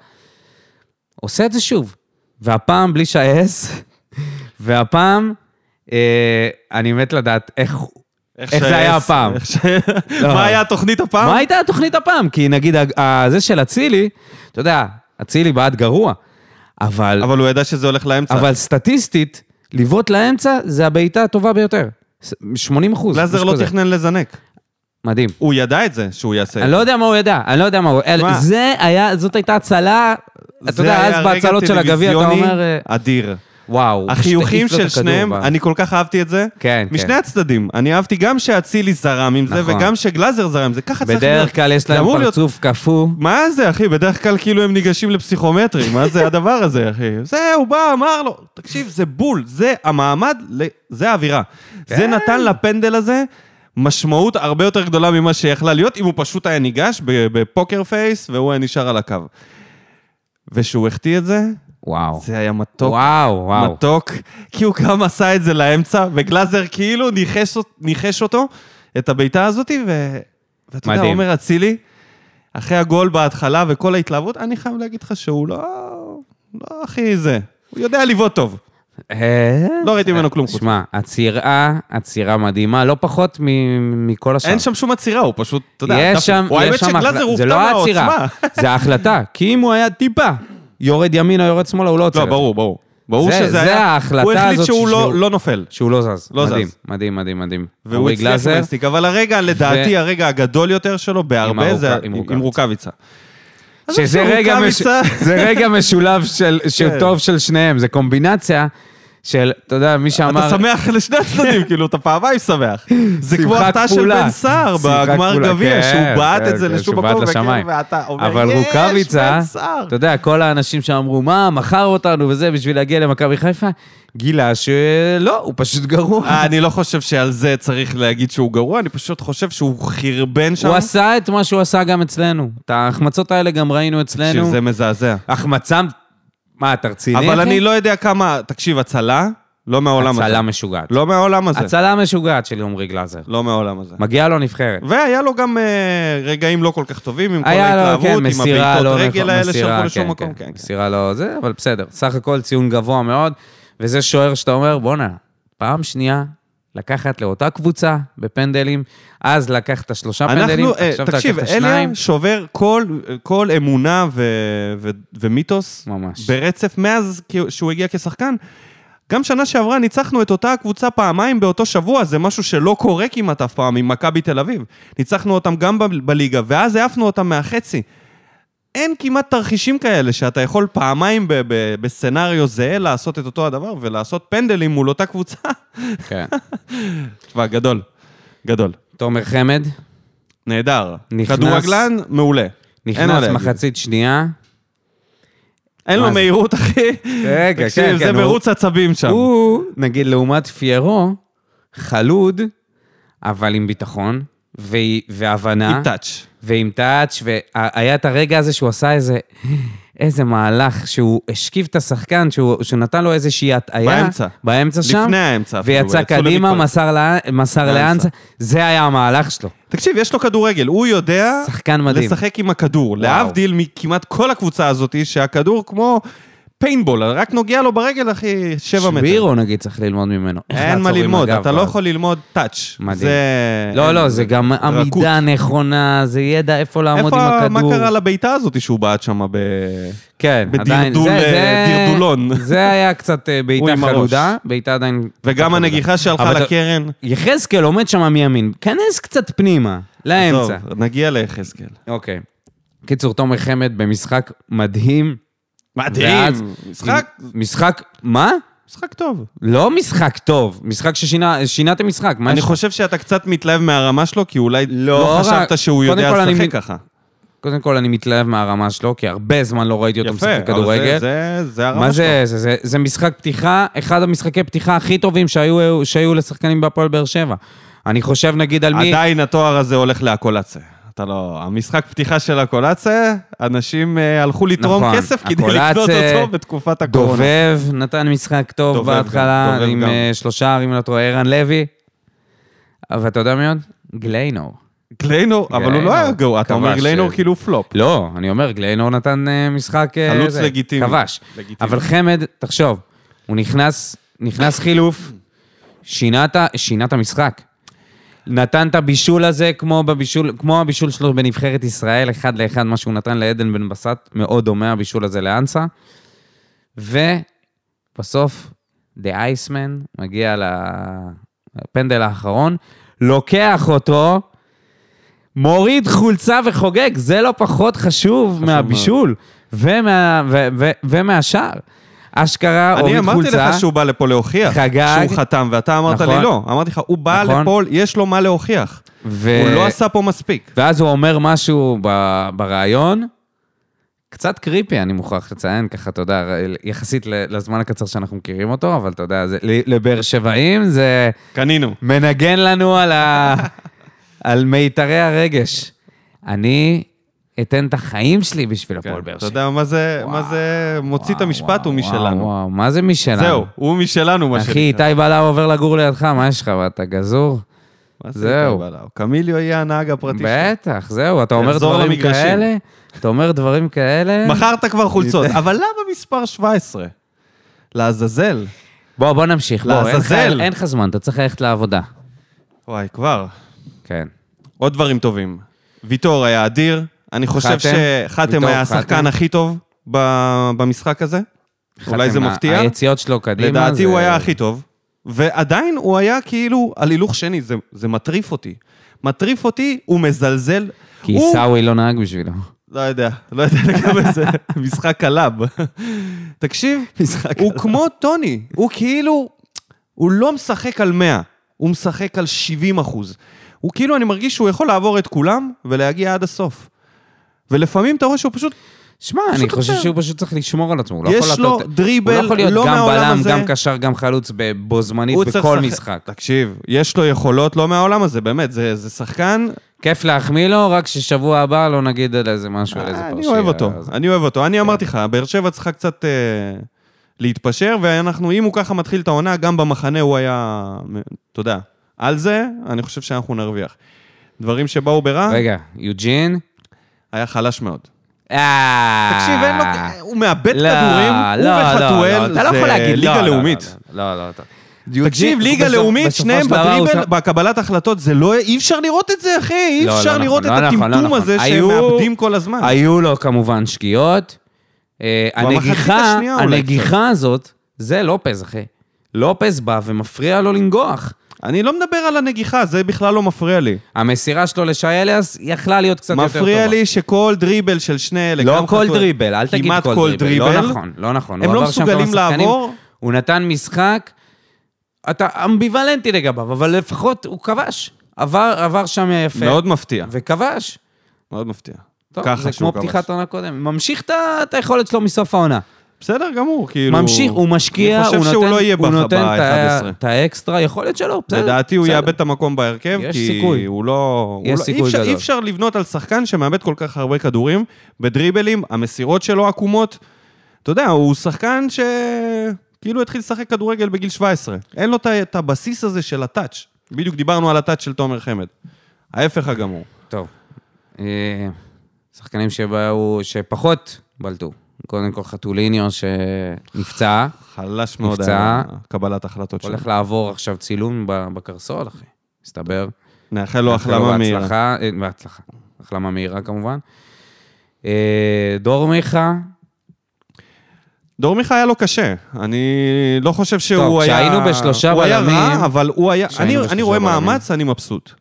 עושה את זה שוב. והפעם בלי שעס, והפעם, אה, אני מת לדעת איך... איך זה
ש-
היה הפעם?
איך ש-
לא.
מה היה התוכנית הפעם?
מה הייתה התוכנית הפעם? כי נגיד, ה- ה- זה של אצילי, אתה יודע, אצילי בעד גרוע, אבל, אבל,
אבל הוא ידע שזה הולך לאמצע.
אבל סטטיסטית, לבעוט לאמצע זה הבעיטה הטובה ביותר. ס- 80 אחוז.
גלאזר לא תכנן לזנק.
מדהים.
הוא ידע את זה שהוא יעשה את
אני לא
זה.
יודע מה הוא ידע, אני לא יודע מה הוא... אל-
שמע,
זה היה, זאת הייתה הצלה, אתה
זה
יודע,
היה
אז
רגע
בהצלות של הגביע אתה
טלוויזיוני
אומר, אה,
אדיר.
וואו.
החיוכים
שתי- העיף לו
של
את הכדור
שניהם,
ב-
אני כל כך אהבתי את זה.
כן,
משני
כן.
הצדדים. אני אהבתי גם שאצילי זרם עם זה,
נכון.
וגם שגלאזר זרם עם זה. ככה צריך להיות.
בדרך כלל יש
זה
להם
אמור להיות-
פרצוף קפוא.
מה זה, אחי? בדרך כלל כאילו הם ניגשים לפסיכומטרי, מה זה הדבר הזה, אחי? זה, הוא בא, אמר לו, תקשיב, זה בול, זה המעמד, ל- זה האווירה. זה נתן לפנדל הזה משמעות הרבה יותר גדולה ממה שיכלה להיות, אם הוא פשוט היה ניגש ב- בפוקר פייס, והוא היה נשאר על הקו. ושהוא החטיא את זה,
וואו.
זה היה מתוק.
וואו, וואו.
מתוק, כי הוא גם עשה את זה לאמצע, וגלאזר כאילו ניחש, אות- ניחש אותו, את הבעיטה הזאת, ו... ואתה יודע,
מדהים.
עומר אצילי, אחרי הגול בהתחלה וכל ההתלהבות, אני חייב להגיד לך שהוא לא... לא הכי זה. הוא יודע לבעוט טוב.
אה,
לא ראיתי ממנו כלום חוץ.
שמע, עצירה, עצירה מדהימה, לא פחות מ- מכל השאר.
אין שם שום עצירה, הוא פשוט, אתה יודע,
יש
דווקא-
שם,
הוא האמת
יש שם,
שגלאזר
החלטה-
הופתע
זה לא העצירה,
מהעוצמה.
זה ההחלטה. כי אם הוא היה טיפה יורד ימינה, יורד שמאלה, הוא לא עוצר.
לא,
את זה.
ברור, ברור. ברור
זה-
שזה
זה
היה...
ההחלטה
הוא החליט
הזאת
שהוא לא-
שהוא-
לא נופל.
שהוא לא זז.
לא זז.
מדהים, מדהים, מדהים, מדהים.
והוא
אורי
הצליח
גלאזר,
להסתיק, אבל הרגע, לדעתי, הרגע הגדול יותר שלו בהרבה,
הרוק-
זה
עם
עם- עם
רוקאביצה.
רוקאביצה.
שזה
אז
רגע, מש...
רוקאביצה-
זה רגע משולב של, של
כן.
טוב של שניהם, זה קומבינציה של, אתה יודע, מי שאמר...
אתה שמח לשני הצדדים, כאילו, אתה פעמיים שמח. זה כמו
שמחה
החטאה של
כפולה.
בן סער
שמחה
בגמר
כפולה,
גביע,
כן,
שהוא בעט
כן,
את זה
כן,
לשום
שהוא בעט
מקום, וכאילו,
לשמיים.
ואתה אומר,
אבל
יש,
רוקאביצה,
בן סער.
אתה יודע, כל האנשים שאמרו, מה, מכר אותנו וזה, בשביל להגיע למכבי חיפה, גילה שלא, הוא פשוט גרוע.
אה, אני לא חושב שעל זה צריך להגיד שהוא גרוע, אני פשוט חושב שהוא חרבן שם,
הוא עשה את מה שהוא עשה גם אצלנו. את ההחמצות האלה גם ראינו אצלנו.
שזה מזעזע.
החמצה... מה, אתה רציני?
אבל
אחי?
אני לא יודע כמה, תקשיב, הצלה, לא מהעולם הזה.
הצלה משוגעת.
לא מהעולם הזה.
הצלה משוגעת של עמרי גלאזר.
לא מהעולם הזה.
מגיעה לו נבחרת.
והיה לו גם אה, רגעים לא כל כך טובים, עם כל
היה לו,
ההתלהבות,
כן,
עם
מסירה לא
הבעיטות
נכונה,
רגל האלה
מסירה,
שהלכו לשום
כן,
מקום.
כן,
כן, כן.
מסירה לא זה, אבל בסדר. סך הכל ציון גבוה מאוד, וזה שוער שאתה אומר, בואנה, פעם שנייה לקחת לאותה קבוצה בפנדלים, אז לקחת שלושה פנדלים,
אנחנו, אה,
עכשיו אתה
תקשיב,
לקחת
אליה
שניים.
שובר כל, כל אמונה ו, ו, ומיתוס
ממש.
ברצף מאז כי- שהוא הגיע כשחקן. גם שנה שעברה ניצחנו את אותה הקבוצה פעמיים באותו שבוע, זה משהו שלא קורה כמעט אף פעם עם מכבי תל אביב. ניצחנו אותם גם ב- בליגה, ואז העפנו אותם מהחצי. אין כמעט תרחישים כאלה שאתה יכול פעמיים ב- ב- בסצנריו זהה לעשות את אותו הדבר ולעשות פנדלים מול אותה קבוצה.
כן.
תשמע, גדול. גדול.
תומר חמד,
נהדר.
נכנס-
כדורגלן מעולה. אין מה
נכנס
להגיד.
מחצית שנייה.
אין לו
מה זה?
מהירות, אחי.
רגע,
תקשיב,
כן,
זה
כן, הוא-
מרוץ עצבים שם.
הוא, נגיד, לעומת פיירו, חלוד, אבל עם ביטחון, ו- והבנה.
עם טאץ'.
ועם טאץ', והיה את הרגע הזה שהוא עשה איזה... איזה מהלך, שהוא השכיב את השחקן, שהוא, שהוא נתן לו איזושהי הטעיה.
באמצע.
באמצע שם.
לפני האמצע אפילו,
ויצא
יצאו
קדימה,
למתפרץ.
מסר, לה, מסר לאנסה. זה היה המהלך שלו.
תקשיב, יש לו כדורגל, הוא יודע...
שחקן מדהים.
אה, לשחק עם הכדור. להבדיל מכמעט כל הקבוצה הזאת, שהכדור כמו פיינבול, רק נוגע לו ברגל, אחי, שבע מטר.
שבירו נגיד צריך ללמוד ממנו. איך
אין מה
לעצור עם
ללמוד,
הגב
אתה לא
ואז-
יכול ללמוד טאץ'.
מדהים.
זה...
לא, לא, זה גם
רכות.
עמידה נכונה, זה ידע איפה לעמוד עם
איפה, מה
הכדור.
קרה לבעיטה הזאת שהוא בעט שם ב...
כן,
בדרדול,
עדיין. זה-
אה,
זה-
דרדולון.
זה היה קצת אה,
הוא
בעיטה
עם הראש.
חלודה, בעיטה עדיין...
וגם הנגיחה שהלכה
אבל אתה-
לקרן.
יחזקאל עומד שם מימין, כנס קצת פנימה,
טוב,
לאמצע.
נגיע ליחזקאל.
אוקיי. קיצור, תומר חמד במשחק מדהים. ואז-
מדהים. משחק,
משחק, מה?
משחק טוב.
לא משחק טוב, משחק ששינה שינה את המשחק. מה
אני
יש-
חושב שאתה קצת מתלהב מהרמה שלו, כי אולי לא
רק-
חשבת שהוא
קודם
יודע
כל אני
לשחק
מ-
ככה.
קודם כל, אני מתלהב מהרמה שלו, כי הרבה זמן לא ראיתי אותו
יפה,
משחק
אבל זה-
כדורגל.
זה- זה הרמה שלו.
מה זה, זה, זה, זה משחק פתיחה, אחד המשחקי פתיחה הכי טובים שהיו, שהיו לשחקנים בהפועל באר שבע. אני חושב נגיד על מי...
עדיין התואר הזה הולך לאקולציה. אתה לא... המשחק פתיחה של אקולציה, אנשים אה, הלכו לתרום
נכון,
כסף כדי
אקולציה,
לקנות אותו בתקופת הקורונה.
דובב, נתן משחק טוב
דובב גם,
בהתחלה,
דובב
עם
גם.
אה, שלושה ערים, אם אני לא טועה, ערן לוי. אבל אתה יודע מי עוד? גליינור.
לא. גליינור, אבל הוא לא היה
גליינור,
גרוע, אתה אומר
כן, כבש,
גליינור
אה,
כאילו פלופ.
לא, אני אומר, גליינור נתן אה, משחק... אה,
חלוץ
זה,
לגיטימי.
כבש.
לגיטימי.
אבל חמד, תחשוב, הוא נכנס, נכנס חילוף, שינה את ה- שינה את המשחק. נתן את הבישול הזה כמו, בבישול, כמו הבישול שלו בנבחרת ישראל, אחד לאחד, מה שהוא נתן לעדן בן בסט, מאוד דומה הבישול הזה לאנסה. ובסוף, The Iceman מגיע לפנדל האחרון, לוקח אותו, מוריד חולצה וחוגג, זה לא פחות חשוב מהבישול ומה, ו, ו, ומהשער. אשכרה
אני
הוריד
אמרתי
חולצה.
לך שהוא בא לפה להוכיח.
חגג.
שהוא חתם, ואתה אמרת
נכון.
לי לא. אמרתי לך, הוא בא
נכון.
לפה, יש לו מה להוכיח.
ו...
הוא לא עשה פה מספיק.
ואז הוא אומר משהו ב- בריאיון, קצת קריפי, אני מוכרח לציין, ככה, אתה יודע, יחסית ל- לזמן הקצר שאנחנו מכירים אותו, אבל אתה יודע, זה- ל- לבאר שבעים זה
קנינו.
מנגן לנו על, ה... על מיתרי הרגש. אני אתן את החיים שלי בשביל הפועל
כן,
באר
אתה
שבע.
יודע מה זה, מה זה מוציא את
וואו,
המשפט, הוא
וואו,
משלנו.
וואו, מה זה משלנו?
זהו, הוא משלנו, מה
אחי, איתי בלע עובר לגור לידך, מה יש לך, מה, אתה גזור?
מה זה
זהו.
איתי בלעו? קמיליו יהיה הנהג הפרטי שלו.
בטח, זהו, אתה אומר
יחזור
דברים
למגרשים.
כאלה, אתה אומר דברים כאלה.
מכרת כבר חולצות, אבל למה מספר 17? לעזאזל.
בוא, בוא נמשיך, בוא, אין לך-
לעזאזל.
אין לך זמן, אתה צריך ללכת לעבודה.
וואי, כבר.
כן.
עוד דברים טובים. ויטור היה אדיר, אני חושב
חתם?
שחתם
ויטור,
היה
חתם.
השחקן הכי טוב ב- במשחק הזה. אולי זה
חתם,
מפתיע.
היציאות שלו קדימה.
לדעתי
זה-
הוא היה הכי טוב, ועדיין הוא היה כאילו על הילוך שני, זה- זה מטריף אותי. מטריף אותי, הוא מזלזל.
כי
הוא-
עיסאווי לא נהג בשבילו.
לא יודע, לא יודע לגבי זה, משחק קלאב. תקשיב, הוא כמו טוני, הוא כאילו, הוא לא משחק על 100, הוא משחק על 70 אחוז. הוא כאילו, אני מרגיש שהוא יכול לעבור את כולם ולהגיע עד הסוף. ולפעמים אתה רואה שהוא פשוט,
שמע,
פשוט
אני חושב
עוצר.
שהוא פשוט צריך לשמור על עצמו. הוא לא
יש
יכול לתת-
לו
הוא
דריבל,
לא יכול להיות
לא
גם
מהעולם
בלם,
הזה.
גם קשר, גם חלוץ ב- בו זמנית
הוא צריך
בכל
לשחק-
משחק.
תקשיב, יש לו יכולות לא מהעולם הזה, באמת, זה, זה שחקן,
כיף להחמיא לו, רק ששבוע הבא לא נגיד על איזה משהו, על איזה פרשייה.
אה, אני אוהב אותו,
אז-
אני אוהב אותו.
כן.
אני אמרתי לך, באר שבע צריכה קצת אה, להתפשר, ואנחנו, אם הוא ככה מתחיל את העונה, גם במחנה הוא היה, אתה יודע, על זה, אני חושב שאנחנו נרוויח. דברים שבאו ברע,
רגע, יוג'ין?
היה חלש מאוד.
אה...
תקשיב, אין לו, הוא מאבד
לא,
כדורים,
לא,
הוא
לא,
וחתואל,
לא, אתה לא יכול
זה
להגיד, לא,
ליגה
לא, לא,
לאומית.
לא, לא, לא.
תקשיב,
בסופ-
ליגה
בסופו
לאומית,
של
שניהם
דבר הוא
בדריבל,
שם-
בקבלת החלטות, זה לא, אי אפשר לראות את זה, אחי, אי
לא, לא
אפשר
נכון,
לראות את
לא נכון, לא
הטמטום
נכון.
הזה שהם
היו-
מאבדים כל הזמן.
היו לו כמובן שגיאות. אה,
במחצית
הנגיחה,
השנייה אולי
הנגיחה הזאת, זה לופז, אחי. לופז בא ומפריע לו לנגוח.
אני לא מדבר על הנגיחה, זה בכלל לא מפריע לי.
המסירה שלו לשי אליאס יכלה להיות קצת יותר טובה.
מפריע לי שכל דריבל של שני אלה,
לא
גם
כל
חתואל-
דריבל, אל תגיד
כמעט
כל דריבל. לא נכון, לא נכון.
הם
הוא
לא
עבר שם כמה
מסוגלים
שחקנים.
לעבור.
הוא נתן משחק, אתה אמביוולנטי לגביו, אבל לפחות הוא כבש. עבר, עבר שם יפה.
מאוד מפתיע,
וכבש.
מאוד מפתיע.
טוב,
ככה
זה
שהוא
כמו
כבש.
פתיחת עונה קודם. ממשיך את ה- את היכולת שלו מסוף העונה.
בסדר גמור, כאילו...
ממשיך, הוא משקיע,
אני חושב
הוא נותן,
שהוא לא יהיה
הוא
בח-
נותן את ה-
ב-11.
את האקסטרה, יכול להיות שלא, בסדר.
לדעתי הוא
בסדר.
יאבד את המקום בהרכב,
יש
כי
סיכוי.
הוא לא...
יש
הוא לא- אי
סיכוי
אפשר- אי
גדול.
אפשר לבנות על שחקן שמאבד כל כך הרבה כדורים, בדריבלים, המסירות שלו עקומות. אתה יודע, הוא שחקן ש... כאילו התחיל לשחק כדורגל בגיל 17. אין לו את ה- את הבסיס הזה של הטאץ'. בדיוק דיברנו על הטאץ' של תומר חמד. ההפך הגמור.
טוב. אה, שחקנים שבאו, שפחות בלטו. קודם כל חתוליניו שנפצע,
חלש מאוד
נפצע.
היה קבלת ההחלטות שלו.
הולך לעבור עכשיו צילום ב- בקרסול, אחי, מסתבר.
נאחל לו
נאחל לו
לא החלמה מהירה.
אה, בהצלחה, אה, בהצלחה. החלמה מהירה כמובן. אה, דור מיכה,
דור מיכה היה לו קשה. אני לא חושב שהוא
טוב,
היה...
כשהיינו בשלושה
הוא
בלמים-
היה רע, אבל הוא היה...
כשהיינו
אני,
בשלושה
אני רואה
בלמים.
מאמץ, אני מבסוט.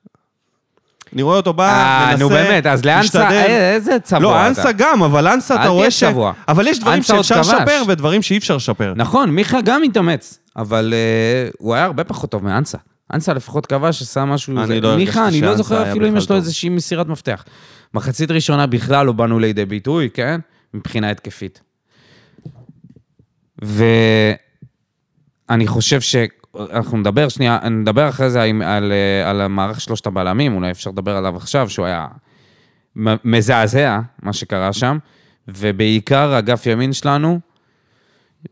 אני רואה אותו בא,
אה,
מנסה,
נו באמת, אז לאנסה,
משתדל.
איזה צבוע אתה.
לא, אנסה גם, אבל אנסה
אל
אתה רואה
תהיה
ש...
צבוע.
אבל יש דברים
אנסה עוד
שאפשר
כבש.
לשפר ודברים שאי אפשר לשפר.
נכון, מיכה גם התאמץ, אבל אה, הוא היה הרבה פחות טוב מאנסה. אנסה לפחות כבש שעשה משהו...
אני
זה-
לא הרגשתי
מיכה, אני לא
שאנסה
זוכר
היה
אפילו אם
בכלל
יש לו
טוב.
איזושהי מסירת מפתח. מחצית ראשונה בכלל לא באנו לידי ביטוי, כן? מבחינה התקפית. ואני חושב ש... אנחנו נדבר שנייה, נדבר אחרי זה עם- על, אה, על המערך שלושת הבלמים, אולי אפשר לדבר עליו עכשיו, שהוא היה מ- מזעזע, מה שקרה שם, ובעיקר אגף ימין שלנו,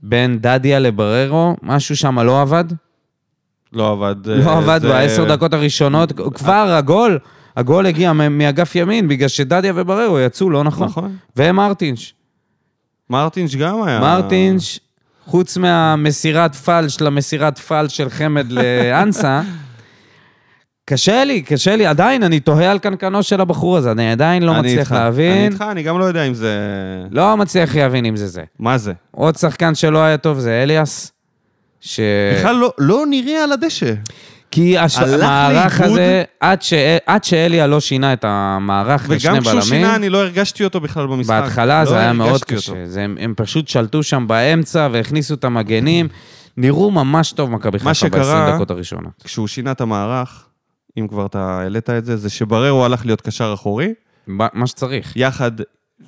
בין דדיה לבררו, משהו שם לא עבד.
לא עבד.
לא
אה,
עבד
זה- אה,
בעשר דקות הראשונות, כבר הגול, הגול הגיע מ- מאגף ימין, בגלל שדדיה ובררו יצאו לא נכון.
נכון. אה.
ומרטינש.
מרטינש גם היה.
מרטינש, חוץ מהמסירת פל של המסירת פל של חמד לאנסה, קשה לי, קשה לי, עדיין, אני תוהה על קנקנו של הבחור הזה, אני עדיין לא
אני
מצליח
איתך, אני
להבין.
איתך, אני גם לא יודע אם זה...
לא מצליח להבין אם זה זה.
מה זה?
עוד שחקן שלא היה טוב זה אליאס, ש...
בכלל לא- לא נראה על הדשא.
כי
הלך
המערך
לאיבוד.
הזה, עד, ש... עד שאליה לא שינה את המערך לשני בלמים,
וגם כשהוא שינה, אני לא הרגשתי אותו בכלל במשחק.
בהתחלה
לא
זה היה מאוד
הרגשתי אותו.
קשה. זה, הם, הם פשוט שלטו שם באמצע והכניסו את המגנים. נראו ממש טוב מכבי
מה
חיפה
שקרה-
ב-20 דקות הראשונות.
כשהוא שינה את המערך, אם כבר אתה העלית את זה, זה שבררו הלך להיות קשר אחורי,
ב- מה שצריך.
יחד,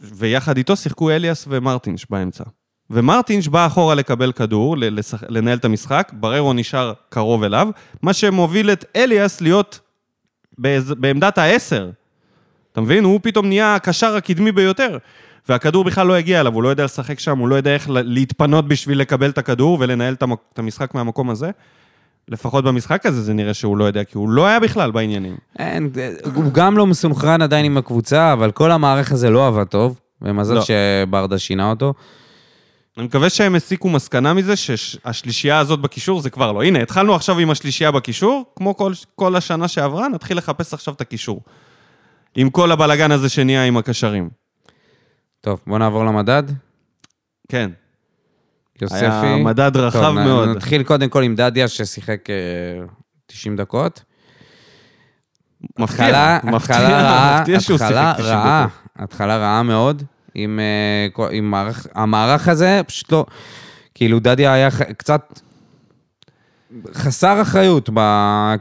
ויחד איתו שיחקו אליאס ומרטינש באמצע. ומרטינש בא אחורה לקבל כדור, ל- לשח... לנהל את המשחק, בררו נשאר קרוב אליו, מה שמוביל את אליאס להיות באיז... בעמדת העשר. אתה מבין? הוא פתאום נהיה הקשר הקדמי ביותר. והכדור בכלל לא הגיע אליו, הוא לא יודע לשחק שם, הוא לא יודע איך ל- להתפנות בשביל לקבל את הכדור ולנהל את המק- את המשחק מהמקום הזה. לפחות במשחק הזה זה נראה שהוא לא יודע, כי הוא לא היה בכלל בעניינים.
אין, הוא גם לא מסונכרן עדיין עם הקבוצה, אבל כל המערך הזה לא עבד טוב, ומזל
לא.
שברדה שינה אותו.
אני מקווה שהם הסיקו מסקנה מזה שהשלישייה הזאת בקישור זה כבר לא. הנה, התחלנו עכשיו עם השלישייה בקישור, כמו כל, כל השנה שעברה, נתחיל לחפש עכשיו את הקישור. עם כל הבלגן הזה שנהיה עם הקשרים.
טוב, בואו נעבור למדד.
כן,
יוספי.
היה מדד רחב
טוב, נ-
מאוד.
נתחיל קודם כל עם דדיה ששיחק אה, 90 דקות.
מפתיע,
התחלה,
מפתיע,
התחלה רעה,
מפתיע שהוא שיחק
התחלה
90
רעה,
דקות.
התחלה רעה מאוד, עם, אה, כל- עם מערך, המערך הזה, פשוט לא, כאילו דדיה היה ח- קצת חסר אחריות ב,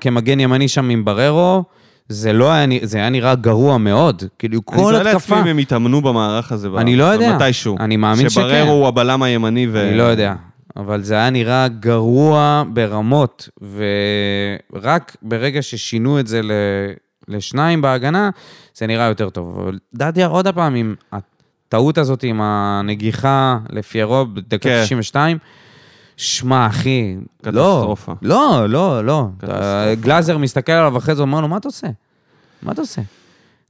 כמגן ימני שם עם בררו, זה לא היה, נ- זה היה נראה גרוע מאוד, כאילו
אני
כל
מתאר
התקפה,
לעצמי אם הם התאמנו במערך הזה. ב-
אני לא יודע.
במתישהו.
אני מאמין
שברר
שכן.
הוא הבלם הימני ו...
אני לא יודע, אבל זה היה נראה גרוע ברמות, ורק ברגע ששינו את זה ל... לשניים בהגנה, זה נראה יותר טוב. אבל דדיה עוד הפעם עם הטעות הזאת, עם הנגיחה לפיירו בדקה
כן.
92, שמע, אחי, לא,
קטסטרופה.
לא, לא, לא.
קטסטרופה.
גלאזר מסתכל עליו אחרי זה, אומר לו, מה אתה עושה? מה אתה עושה?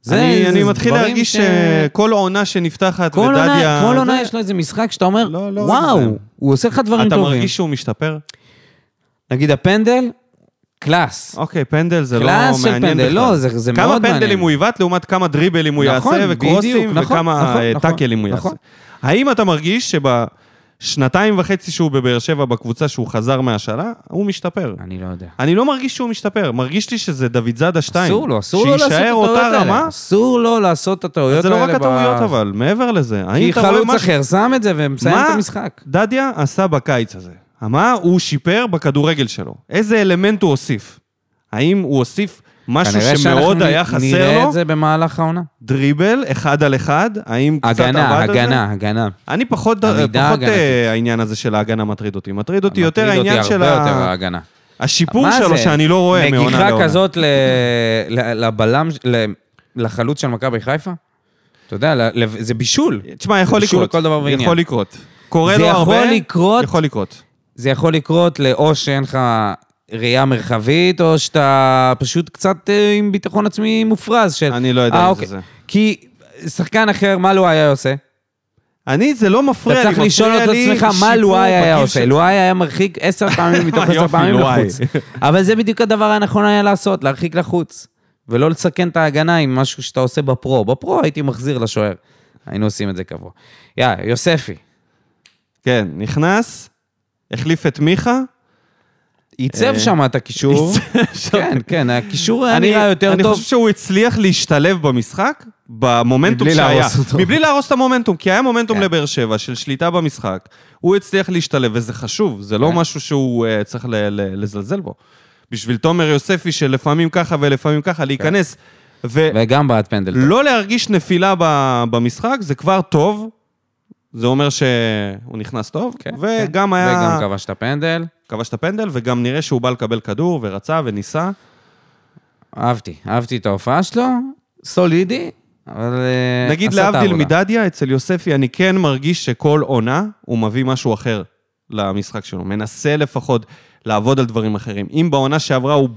זה-
אני,
זה
אני מתחיל
דברים
להרגיש
ש-
שכל עונה שנפתחת
כל עונה,
לדדיה...
כל
זה-
עונה יש לו איזה משחק שאתה אומר,
לא, לא
וואו,
אוהב את זה."
הוא עושה לך דברים
אתה
טובים.
מרגיש שהוא משתפר?
נגיד הפנדל, קלאס.
אוקיי, פנדל זה לא מעניין
קלאס של
בכלל.
פנדל, לא, זה- זה
כמה
מאוד
פנדלים
מעניין.
הוא עיוות לעומת כמה דריבלים הוא
נכון,
יעשה, וקרוסים,
בדיוק, נכון,
וכמה
נכון,
אה,
נכון,
טאקלים הוא יעשה.
נכון.
האם אתה מרגיש שבשנתיים וחצי שהוא בבאר שבע בקבוצה שהוא חזר מהשאלה, הוא משתפר?
אני לא יודע.
אני לא מרגיש שהוא משתפר, מרגיש לי שזה דוד זאדה 2.
אסור לו, אסור לו לעשות את
שיישאר
הטעויות
אותה
האלה.
רמה?
אסור לו לעשות את הטעויות האלה.
זה לא רק
ב-
הטעויות אבל, מעבר לזה. האם
כי
אתה רואה
חלוץ
משהו-
אחר שם את זה ומסיים
מה
את המשחק.
דדיה עשה בקיץ הזה? מה הוא שיפר בכדורגל שלו? איזה אלמנט הוא הוסיף? האם הוא הוסיף משהו
כנראה
שמאוד
שאנחנו נ-
היה חסר
נראה
לו,
את זה במהלך העונה.
דריבל, אחד על אחד, האם קצת עבד
הגנה,
על זה?
הגנה, הגנה.
אני פחות,
עמידה
פחות
הגנתית.
אה, העניין הזה של ההגנה מטריד אותי. מטריד אותי יותר
מטריד
העניין
אותי
של
הרבה יותר
ה...
ההגנה.
השיפור
מה
שלו
זה?
שאני לא רואה מעונה
נגיחה
לעונה.
כזאת ל- ל- לבלם, ל- לחלוץ של מכבי חיפה? אתה יודע, ל- ל- זה בישול.
תשמע, יכול
קשור
לקרות.
לכל דבר ועניין.
יכול לקרות. קורה
זה
לו הרבה.
יכול לקרות.
יכול לקרות.
זה יכול לקרות לאו שאין לך ראייה מרחבית, או שאתה פשוט קצת אה, עם ביטחון עצמי מופרז של...
אני לא יודע
"אה,
אם זה
אוקיי."
זה.
כי שחקן אחר, מה לואי היה עושה?
אני, זה לא
אתה
מפריע לי,
צריך
מפריע
לשאול את
לי
עצמך מה
שיפור
לואי היה
בגיל
עושה.
של-
לואי היה מרחיק עשר פעמים מתוך עשר
אה, יופי,
פעמים
לואי.
לחוץ. אבל זה בדיוק הדבר הנכון היה לעשות, להרחיק לחוץ. ולא לסכן את ההגנה עם משהו שאתה עושה בפרו. בפרו הייתי מחזיר לשוער. היינו עושים את זה קבוע. יא, יוספי.
כן, נכנס, החליף את מיכה.
עיצב
אה,
שם את הקישור. כן, כן, הקישור היה נראה יותר
אני
טוב.
חושב שהוא הצליח להשתלב במשחק, במומנטום
מבלי
שהיה.
להרוס אותו.
מבלי להרוס את המומנטום, כי היה מומנטום
כן.
לבאר שבע של שליטה במשחק. הוא הצליח להשתלב, וזה חשוב, זה לא
כן.
משהו שהוא אה, צריך ל- ל- לזלזל בו. בשביל תומר יוספי, שלפעמים ככה ולפעמים ככה, להיכנס.
כן.
ו-
וגם בעט פנדל. טוב.
לא להרגיש נפילה ב- במשחק, זה כבר טוב. זה אומר שהוא נכנס טוב,
כן,
וגם
כן.
היה...
וגם כבש את הפנדל.
כבש את הפנדל, וגם נראה שהוא בא לקבל כדור, ורצה וניסה.
אהבתי, אהבתי את ההופעה שלו. סולידי, אבל אה,
נגיד
עשה את
להבדיל
העבודה.
מדדיה, אצל יוספי אני כן מרגיש שכל עונה הוא מביא משהו אחר למשחק שלו. מנסה לפחות לעבוד על דברים אחרים. אם בעונה שעברה הוא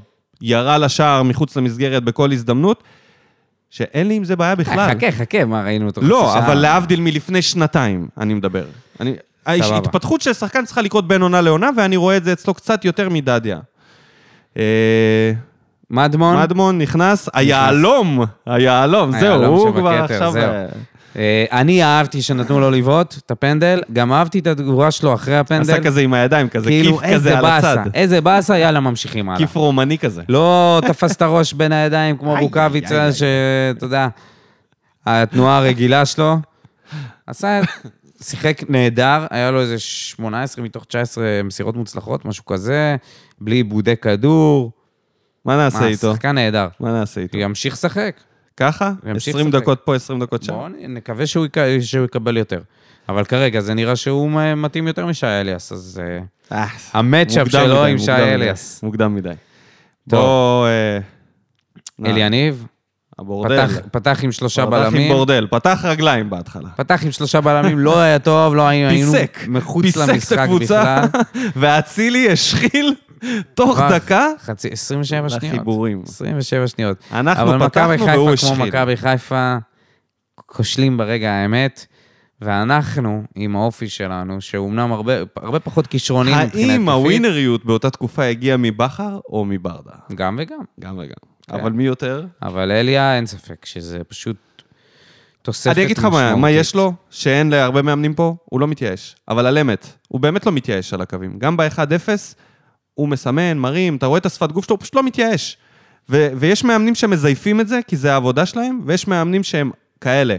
ירה לשער מחוץ למסגרת בכל הזדמנות, שאין לי עם זה בעיה בכלל.
אה, חכה, חכה, מה ראינו אותו? חצי
לא,
שעה?
אבל להבדיל מלפני שנתיים, אני מדבר. אני... ההתפתחות של שחקן צריכה לקרות בין עונה לעונה, ואני רואה את זה אצלו קצת יותר מדדיה. אה,
מדמון.
מדמון נכנס, היהלום, היהלום, זהו,
היהלום
הוא
שבכתר,
כבר עכשיו...
זהו.
אה,
אה, אני אהבתי שנתנו לו לבעוט את הפנדל, גם אהבתי את התגובה שלו אחרי הפנדל.
עשה כזה עם הידיים, כזה כיף
כאילו, איזה
כזה על
באסה,
הצד.
איזה באסה, יאללה, ממשיכים הלאה.
כיף רומני כזה.
לא תפס את הראש בין הידיים כמו
איי, איי,
רוקאביצה,
איי.
שאתה יודע, התנועה הרגילה שלו. עשה, שיחק נהדר, היה לו איזה 18 מתוך 19 מסירות מוצלחות, משהו כזה, בלי עיבודי כדור.
מה נעשה
מה,
איתו?
שחקן נהדר.
מה נעשה איתו?
ימשיך לשחק.
ככה?
ימשיך
20
לשחק.
דקות פה, 20 דקות שם.
בואו נקווה שהוא, יק... שהוא יקבל יותר. אבל כרגע זה נראה שהוא מ- מתאים יותר משי אליאס, אז אה,
אה,
המצ'אפ
מוקדם
שלו
מדי,
עם שי
מוקדם מדי,
אליאס.
מוקדם מדי.
טוב.
בוא... אה, נא,
אלי יניב
הבורדל.
פתח, פתח עם שלושה
פתח עם
בלמים,
בורדל, פתח רגליים בהתחלה.
פתח עם שלושה בלמים, לא היה טוב, לא היינו היינו
פיסק,
מחוץ
פיסק את
למשחק
הקבוצה,
בכלל.
ואצילי השחיל תוך
כבר
דקה.
חצי, 27 שניות.
לחיבורים.
27 שניות.
אנחנו
אבל מכבי
פתחנו והוא
חיפה, כמו
השחיל.
מכבי חיפה, כושלים ברגע האמת, ואנחנו, עם האופי שלנו, שאומנם הרבה, הרבה פחות כישרונים מבחינה התקפית.
האם הווינריות באותה תקופה הגיעה מבכר או מברדה?
גם וגם.
גם וגם.
כן.
אבל מי יותר?
אבל אליה, אין ספק שזה פשוט תוספת
אני אגיד לך מה- מה
משמעותית.
יש לו, שאין להרבה מאמנים פה, הוא לא מתייאש. אבל על אמת, הוא באמת לא מתייאש על הקווים. גם ב-1-0, הוא מסמן, מרים, אתה רואה את השפת גוף שלו, הוא פשוט לא מתייאש. ו- ויש מאמנים שמזייפים את זה, כי זה העבודה שלהם, ויש מאמנים שהם כאלה.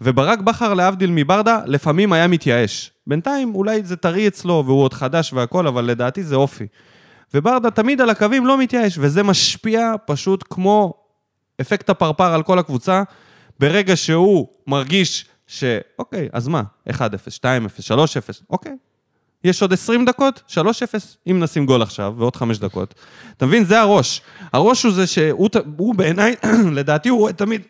וברק בכר, להבדיל מברדה, לפעמים היה מתייאש. בינתיים אולי זה טרי אצלו, והוא עוד חדש והכול, אבל לדעתי זה אופי. וברדה תמיד על הקווים לא מתייאש, וזה משפיע פשוט כמו אפקט הפרפר על כל הקבוצה. ברגע שהוא מרגיש ש... אוקיי, אז מה? 1-0, 2-0, 3-0, אוקיי. יש עוד 20 דקות, 3-0, אם נשים גול עכשיו, ועוד 5 דקות. אתה מבין? זה הראש. הראש הוא זה שהוא ת- הוא בעיניי, לדעתי הוא רואה תמיד...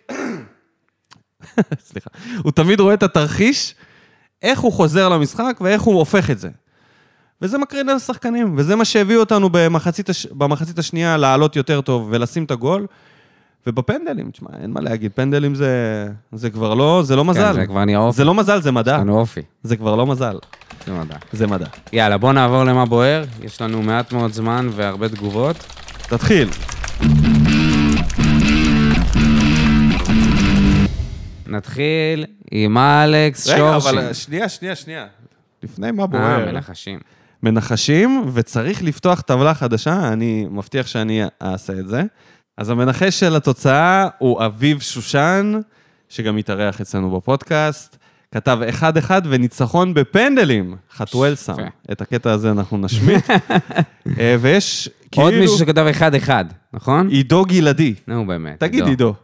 סליחה. הוא תמיד רואה את התרחיש, איך הוא חוזר למשחק ואיך הוא הופך את זה. וזה מקרין על השחקנים, וזה מה שהביא אותנו במחצית, הש... במחצית השנייה לעלות יותר טוב ולשים את הגול. ובפנדלים, תשמע, אין מה להגיד, פנדלים זה, זה כבר לא, זה לא מזל.
כן, זה כבר נהיה אופי.
זה לא מזל, זה מדע.
יש לנו אופי.
זה כבר לא מזל,
זה מדע.
זה מדע.
יאללה, בוא נעבור למה בוער. יש לנו מעט מאוד זמן והרבה תגובות.
תתחיל.
נתחיל עם אלכס
רגע,
שורשי.
אבל אה, שנייה, שנייה, שנייה. לפני מה
אה,
בוער.
מנחשים.
מנחשים, וצריך לפתוח טבלה חדשה, אני מבטיח שאני אעשה את זה. אז המנחש של התוצאה הוא אביב שושן, שגם התארח אצלנו בפודקאסט. כתב 1-1 וניצחון בפנדלים. חתואל שם.
יפה.
את הקטע הזה אנחנו נשמיט. אה, ויש
עוד
כאילו
מישהו שכתב אחד-אחד, נכון?
עידו גלעדי.
נו, באמת.
תגיד, עידו.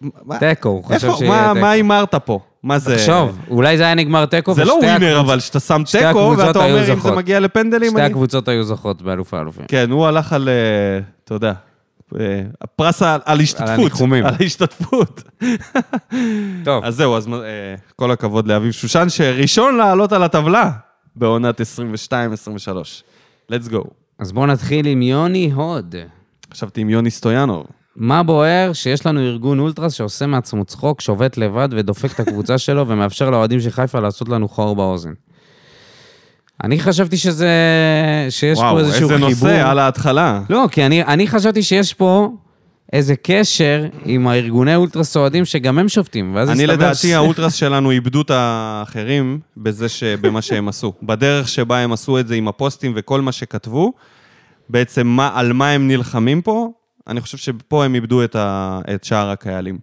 מה-
תיקו, הוא חשב
איפה-
שיהיה
מה-
תיקו.
מה הימרת פה? מה זה...
תחשוב, אולי זה היה נגמר תיקו,
זה לא
ושתי
ווינר,
הקבוצ-
אבל שאתה שם
שתי
תיקו,
הקבוצות
ואתה
היו
אומר, אם זה
זוכות."
מגיע לפנדלים,
שתי
אני...
הקבוצות היו זוכות באלוף האלופים.
כן, הוא הלך על, אה, אתה יודע, אה, הפרס על על השתתפות.
הניחומים.
על ההשתתפות.
טוב,
כן, אז זהו, אז אה, כל הכבוד לאביב שושן, שראשון לעלות על הטבלה בעונת 22-23. Let's go.
אז בואו נתחיל עם יוני הוד.
חשבתי עם יוני סטויאנוב.
מה בוער שיש לנו ארגון אולטרס שעושה מעצמו צחוק, שובת לבד ודופק את הקבוצה שלו ומאפשר לאוהדים של חיפה לעשות לנו חור באוזן? אני חשבתי שזה... שיש פה
וואו,
איזשהו חיבור.
איזה נושא על ההתחלה.
לא, כי אני, אני חשבתי שיש פה איזה קשר עם הארגוני אולטרס אוהדים, שגם הם שובתים, ואז
אני
הסתבר
לדעתי,
ש-
האולטרס שלנו איבדו את האחרים בזה ש... במה שהם עשו. בדרך שבה הם עשו את זה עם הפוסטים וכל מה שכתבו, בעצם מה, על מה הם נלחמים פה, אני חושב שפה הם איבדו את, ה... את שאר הקהלים.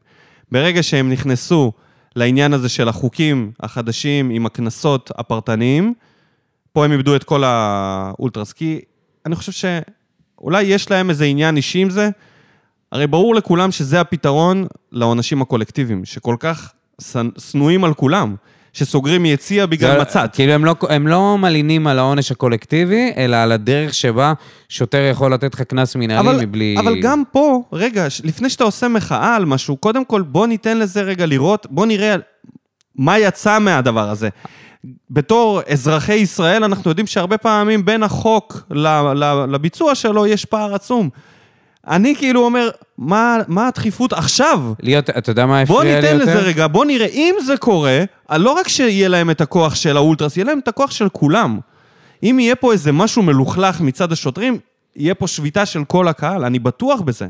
ברגע שהם נכנסו לעניין הזה של החוקים החדשים עם הקנסות הפרטניים, פה הם איבדו את כל האולטרס, כי אני חושב שאולי יש להם איזה עניין אישי עם זה. הרי ברור לכולם שזה הפתרון לעונשים הקולקטיביים, שכל כך שנ- שנואים על כולם, שסוגרים יציע בגלל
זה-
מצת.
כאילו, הם לא, הם לא מלינים על העונש הקולקטיבי, אלא על הדרך שבה שוטר יכול לתת לך קנס מנהלי
אבל,
מבלי...
אבל גם פה, רגע, ש- לפני שאתה עושה מחאה על משהו, קודם כל בוא ניתן לזה רגע לראות, בוא נראה מה יצא מהדבר הזה. בתור אזרחי ישראל, אנחנו יודעים שהרבה פעמים בין החוק ל- ל- לביצוע שלו יש פער עצום. אני כאילו אומר, מה, מה הדחיפות עכשיו?
להיות, אתה יודע מה הפריע
בוא
לי יותר?
ניתן לזה רגע, בוא נראה. אם זה קורה, לא רק שיהיה להם את הכוח של האולטרס, יהיה להם את הכוח של כולם. אם יהיה פה איזה משהו מלוכלך מצד השוטרים, יהיה פה שביתה של כל הקהל, אני בטוח בזה.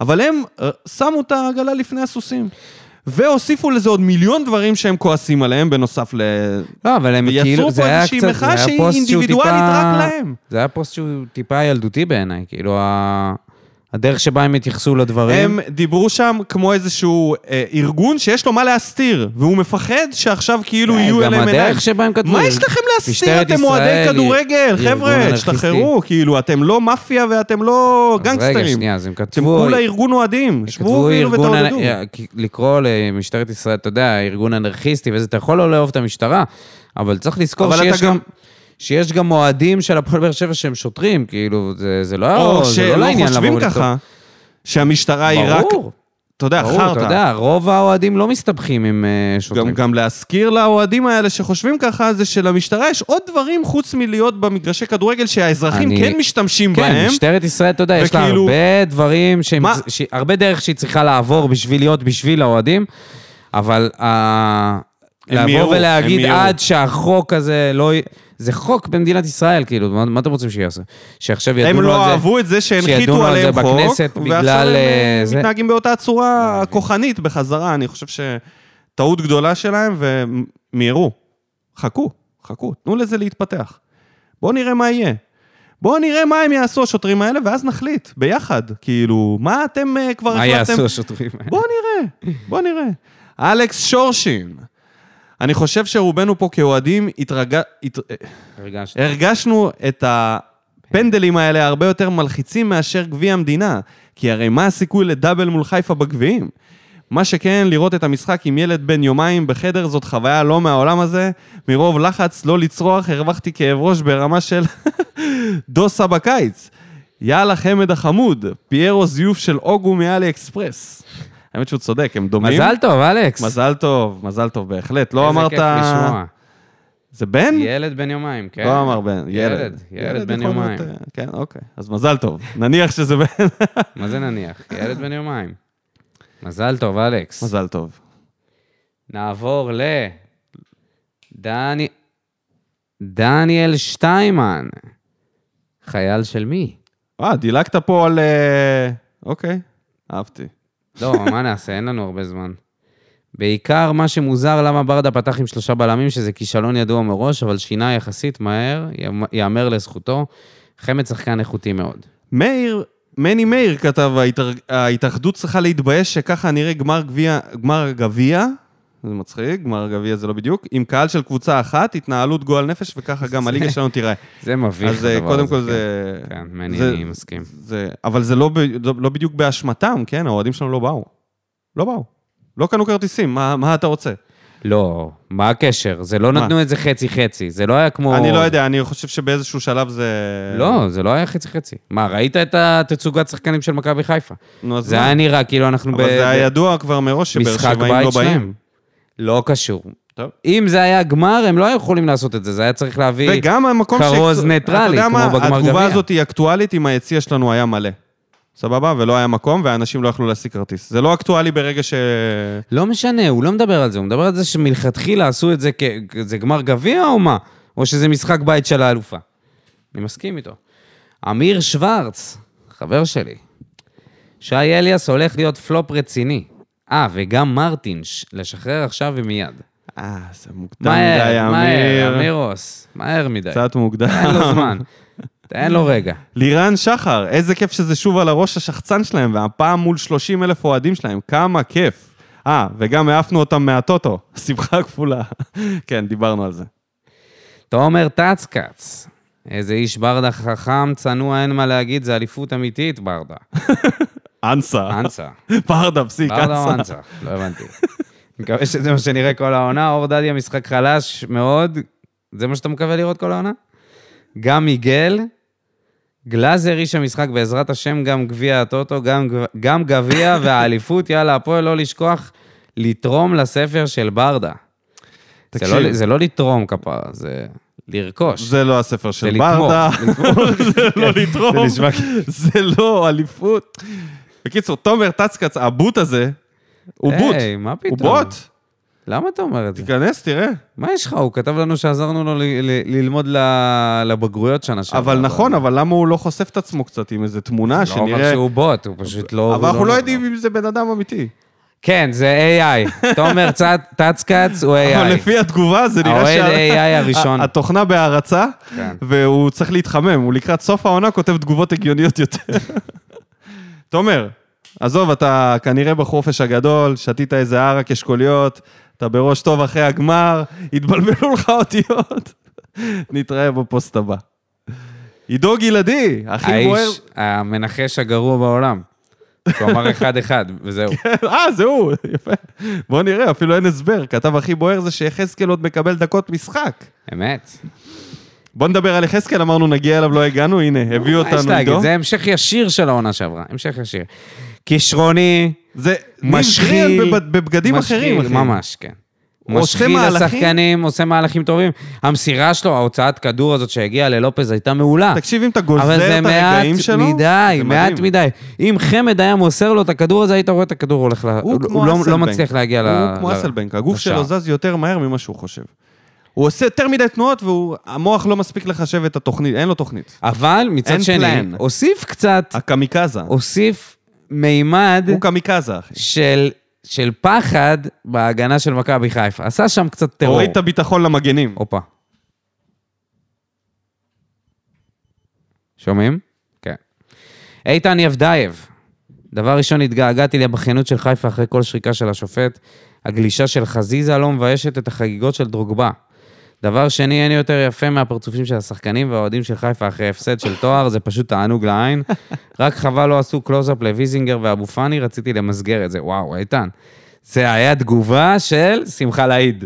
אבל הם אה, שמו את העגלה לפני הסוסים. והוסיפו לזה עוד מיליון דברים שהם כועסים עליהם, בנוסף ל...
לא, אבל הם
ויצרו
כאילו,
פה
זה היה
איזושהי
קצת, זה
מחאה
היה
שהיא
פוסט שהוא
אינדיבידואלית
טיפה-
רק להם.
זה היה פוסט שהוא טיפה ילדותי בעיניי, כאילו, ה- הדרך שבה הם התייחסו לדברים.
הם דיברו שם כמו איזשהו אה, ארגון שיש לו מה להסתיר, והוא מפחד שעכשיו כאילו יהיו
אה, גם
אליהם עיניים.
הדרך שבה הם כתבו,
מה יש לכם להסתיר?
משטרת
אתם אוהדי
ישראל היא
כדורגל,
ארגון
חבר'ה,
אנרכיסטי.
תשתחררו, כאילו, אתם לא מאפיה ואתם לא
אז רגע,
גנגסטרים.
שנייה, אז הם
אתם
כתבו...
כולה ארגון אוהדים, שבו
כתבו
כאילו
ארגון...
ותעודדו.
אנ- לקרוא למשטרת ישראל, אתה יודע, ארגון אנרכיסטי וזה, אתה יכול לא לאהוב את המשטרה, אבל צריך לזכור
אבל אתה
שיש
גם-
גם... שיש גם אוהדים של הפועל באר שבע שהם שוטרים, כאילו, זה, זה לא...
או
זה לא
שלא
לעניין
חושבים
לבוא ולכתוב.
ככה, שהמשטרה היא רק,
ברור,
אתה יודע,
ברור, אתה
חרטא.
יודע, רוב האוהדים לא מסתבכים עם אה,
גם,
שוטרים.
גם להזכיר לאוהדים האלה שחושבים ככה, זה שלמשטרה יש עוד דברים חוץ מלהיות במגרשי כדורגל שהאזרחים
אני-
כן משתמשים
כן,
בהם.
משטרת ישראל, אתה יודע, יש לה
וכאילו-
הרבה דברים, שהם-
מה?
ש- הרבה דרך שהיא צריכה לעבור בשביל להיות בשביל האוהדים, אבל ה-
הם
לבוא
מיהרו, הם
ולהגיד
מיהרו.
עד שהחוק הזה לא... י- זה חוק במדינת ישראל, כאילו, מה- מה אתם רוצים שיעשה? שעכשיו ידונו על
הם
זה...
לא אהבו את זה שהנחיתו
שידונו על זה
עליהם חוק,
בכנסת בגלל,
ועכשיו הם
אה,
אה,
זה.
מתנהגים באותה הצורה כוחנית בחזרה. אני חושב שטעות גדולה שלהם, ומיהרו. חכו, חכו, תנו לזה להתפתח. בואו נראה מה יהיה. בואו נראה מה הם יעשו, השוטרים האלה, ואז נחליט, ביחד. כאילו, מה אתם אה, כבר
מה
החלטתם?
יעשו השוטרים האלה?
בואו נראה, בואו נראה. אלכס שורשין. אני חושב שרובנו פה כאוהדים התרג... הת...
הרגשתי.
הרגשנו את הפנדלים האלה הרבה יותר מלחיצים מאשר גביע המדינה. כי הרי מה הסיכוי לדאבל מול חיפה בגביעים? מה שכן, לראות את המשחק עם ילד בן יומיים בחדר זאת חוויה לא מהעולם הזה. מרוב לחץ לא לצרוח הרווחתי כאב ראש ברמה של דוסה בקיץ. יאללה חמד החמוד, פיירו זיוף של אוגו מאלי אקספרס. האמת שהוא צודק, הם דומים.
מזל טוב, אלכס.
מזל טוב, מזל טוב בהחלט. לא
איזה
אמרת...
כיף לשמוע.
זה בן?
ילד בן יומיים, כן.
לא אמר בן, ילד.
ילד, ילד בן
יכול
יומיים.
להיות, אה, כן, אוקיי. אז מזל טוב. נניח שזה בן.
מה זה נניח? ילד בן יומיים. מזל טוב, אלכס.
מזל טוב.
נעבור ל... דני... דניאל שטיימן. חייל של מי?
אה, דילגת פה על... אה, אוקיי, אהבתי.
לא, מה נעשה? אין לנו הרבה זמן. בעיקר מה שמוזר, למה ברדה פתח עם שלושה בלמים, שזה כישלון ידוע מראש, אבל שינה יחסית מהר, יאמ- יאמר לזכותו. חמד שחקן איכותי מאוד.
מאיר, מני מאיר כתב, "ההתאר- ההתאחדות צריכה להתבייש שככה נראה גמר גביע, גמר הגביע, זה מצחיק, גמר גביע זה לא בדיוק, עם קהל של קבוצה אחת, התנהלות גועל נפש, וככה גם הליגה שלנו תיראה.
זה מביך
אז אה,
הדבר
קודם
הזה,
כל
כן.
זה...
כן,
זה-
מעניין, אני מסכים.
זה, אבל זה לא, ב- לא בדיוק באשמתם, כן? האוהדים שלנו לא באו. לא באו. לא קנו כרטיסים, מה, מה אתה רוצה?
לא, מה הקשר? זה לא
מה?
נתנו את זה חצי-חצי, זה לא היה כמו...
אני לא יודע, אני חושב שבאיזשהו שלב זה...
לא, זה לא היה חצי-חצי. מה, ראית את התצוגת שחקנים של מכבי חיפה?
נו, אז
זה
מה?
היה נראה כאילו אנחנו
אבל זה היה ידוע כבר מראש שבאר
משחק
שבעים לא
בית
באים.
שלהם. לא קשור.
טוב.
אם זה היה גמר, הם לא היו יכולים לעשות את זה, זה היה צריך להביא...
וגם המקום
כרוז ניטרלי,
אתה יודע
כמו
מה?
בגמר
התגובה
גביע.
הזאת היא אקטואלית אם היציע שלנו היה מלא. סבבה? ולא היה מקום, ואנשים לא יכלו להשיג כרטיס. זה לא אקטואלי ברגע ש...
לא משנה, הוא לא מדבר על זה, הוא מדבר על זה שמלכתחילה עשו את זה כ... זה גמר גביע או מה? או שזה משחק בית של האלופה. אני מסכים איתו. אמיר שוורץ, חבר שלי. שי אליאס הולך להיות פלופ רציני. אה, וגם מרטינש, לשחרר עכשיו ומיד.
אה, זה מוקדם מדי,
מהר, מהר,
אמיר.
אמירוס, מהר מדי.
קצת מוקדם.
תן לו זמן, תן לו רגע.
לירן שחר, איזה כיף שזה שוב על הראש השחצן שלהם, והפעם מול 30 אלף אוהדים שלהם, כמה כיף. אה, וגם העפנו אותם מהטוטו, שמחה כפולה. כן, דיברנו על זה.
תומר טאצקץ, איזה איש ברדה חכם, צנוע, אין מה להגיד, זה אליפות אמיתית, ברדה.
אנסה.
אנסה.
פרדה, פסיק,
ברדה או
אנסה.
אנסה? לא הבנתי. מקווה שזה מה שנראה כל העונה. אור דדיה משחק חלש מאוד, זה מה שאתה מקווה לראות כל העונה? גם מיגל, גלאזר איש המשחק, בעזרת השם גם גביע הטוטו, גם, גב- גם גביע והאליפות, יאללה, הפועל לא לשכוח לתרום לספר של ברדה. זה
תקשיב.
לא, זה לא לתרום כפרה, זה לרכוש.
זה לא הספר
זה
של
לתמוך.
ברדה,
לתמוך. כן,
זה לא לתרום,
נשמע
זה לא אליפות. בקיצור, תומר טצקץ, הבוט הזה, הוא בוט.
היי, מה
הוא
פתאום?
בוט.
למה אתה אומר את זה?
תיכנס, תראה.
מה יש לך? הוא כתב לנו שעזרנו לו ל- ל- ללמוד ל- לבגרויות שנה שעברה.
אבל נכון, אבל למה הוא לא חושף את עצמו קצת עם איזה תמונה
לא אומר
שנראה...
שהוא בוט, הוא פשוט לא...
אבל
הוא
אנחנו לא
נורא.
יודעים אם זה בן אדם אמיתי.
כן, זה AI. תומר צ- טצקץ הוא
אבל
AI.
לפי התגובה זה נראה
האוהד
שה-
AI הראשון.
ה- התוכנה בהערצה,
כן.
והוא צריך להתחמם. הוא לקראת סוף העונה כותב תגובות הגיוניות יותר. תומר, עזוב, אתה כנראה בחופש הגדול, שתית איזה ערק אשכוליות, אתה בראש טוב אחרי הגמר, התבלבלו לך אותיות. נתראה בפוסט הבא. עידו גלעדי, הכי בוער...
האיש, המנחש הגרוע בעולם. הוא אמר אחד-אחד, וזהו.
אה, זה הוא, יפה. בוא נראה, אפילו אין הסבר. כתב הכי בוער זה שיחזקאל עוד מקבל דקות משחק.
אמת.
בוא נדבר על יחזקאל, אמרנו נגיע אליו, לא הגענו, הנה, הביאו
מה יש
אותנו
להגיד?
עידו.
זה המשך ישיר של העונה שעברה. המשך ישיר. כישרוני,
זה
משחיל,
משחיל בבגדים
משחיל,
אחרים, אחי.
ממש, כן.
הוא עושה
משחיל
מהלכים-
לשחקנים, עושה מהלכים טובים. המסירה שלו, ההוצאת כדור הזאת שהגיעה ללופז הייתה מעולה.
תקשיב, אם אתה גוזר את הרגעים שלו,
אבל זה מעט מדי,
זה
מעט
מדהים.
מדי. אם חמד היה מוסר לו את הכדור הזה, היית רואה את הכדור הולך ל...
הוא כמו
לא-
אסלבנק.
לא מצליח להגיע ל...
הוא כמו
ל-
אסלבנק, הגוף שלו
לשער.
זז יותר מהר ממה שהוא חושב. הוא עושה יותר מדי תנועות והמוח לא מספיק לחשב את התוכנית, אין לו תוכנית.
אבל מצד
אין
שני,
plan.
הוסיף קצת,
הקמיקזה.
הוסיף מימד
הוא קמיקזה, אחי.
של... של פחד בהגנה של מכבי חיפה. עשה שם קצת טרור.
הוריד את הביטחון למגנים.
הופה. שומעים? כן. איתן יבדייב, דבר ראשון התגעגעתי לבכיינות של חיפה אחרי כל שריקה של השופט. הגלישה של חזיזה לא מביישת את החגיגות של דרוגבה. דבר שני, אין יותר יפה מהפרצופים של השחקנים והאוהדים של חיפה אחרי הפסד של תואר, זה פשוט תענוג לעין. רק חבל לא עשו קלוזאפ לויזינגר ואבו פאני, רציתי למסגר את זה. וואו, איתן. זה היה תגובה של שמחה לאיד.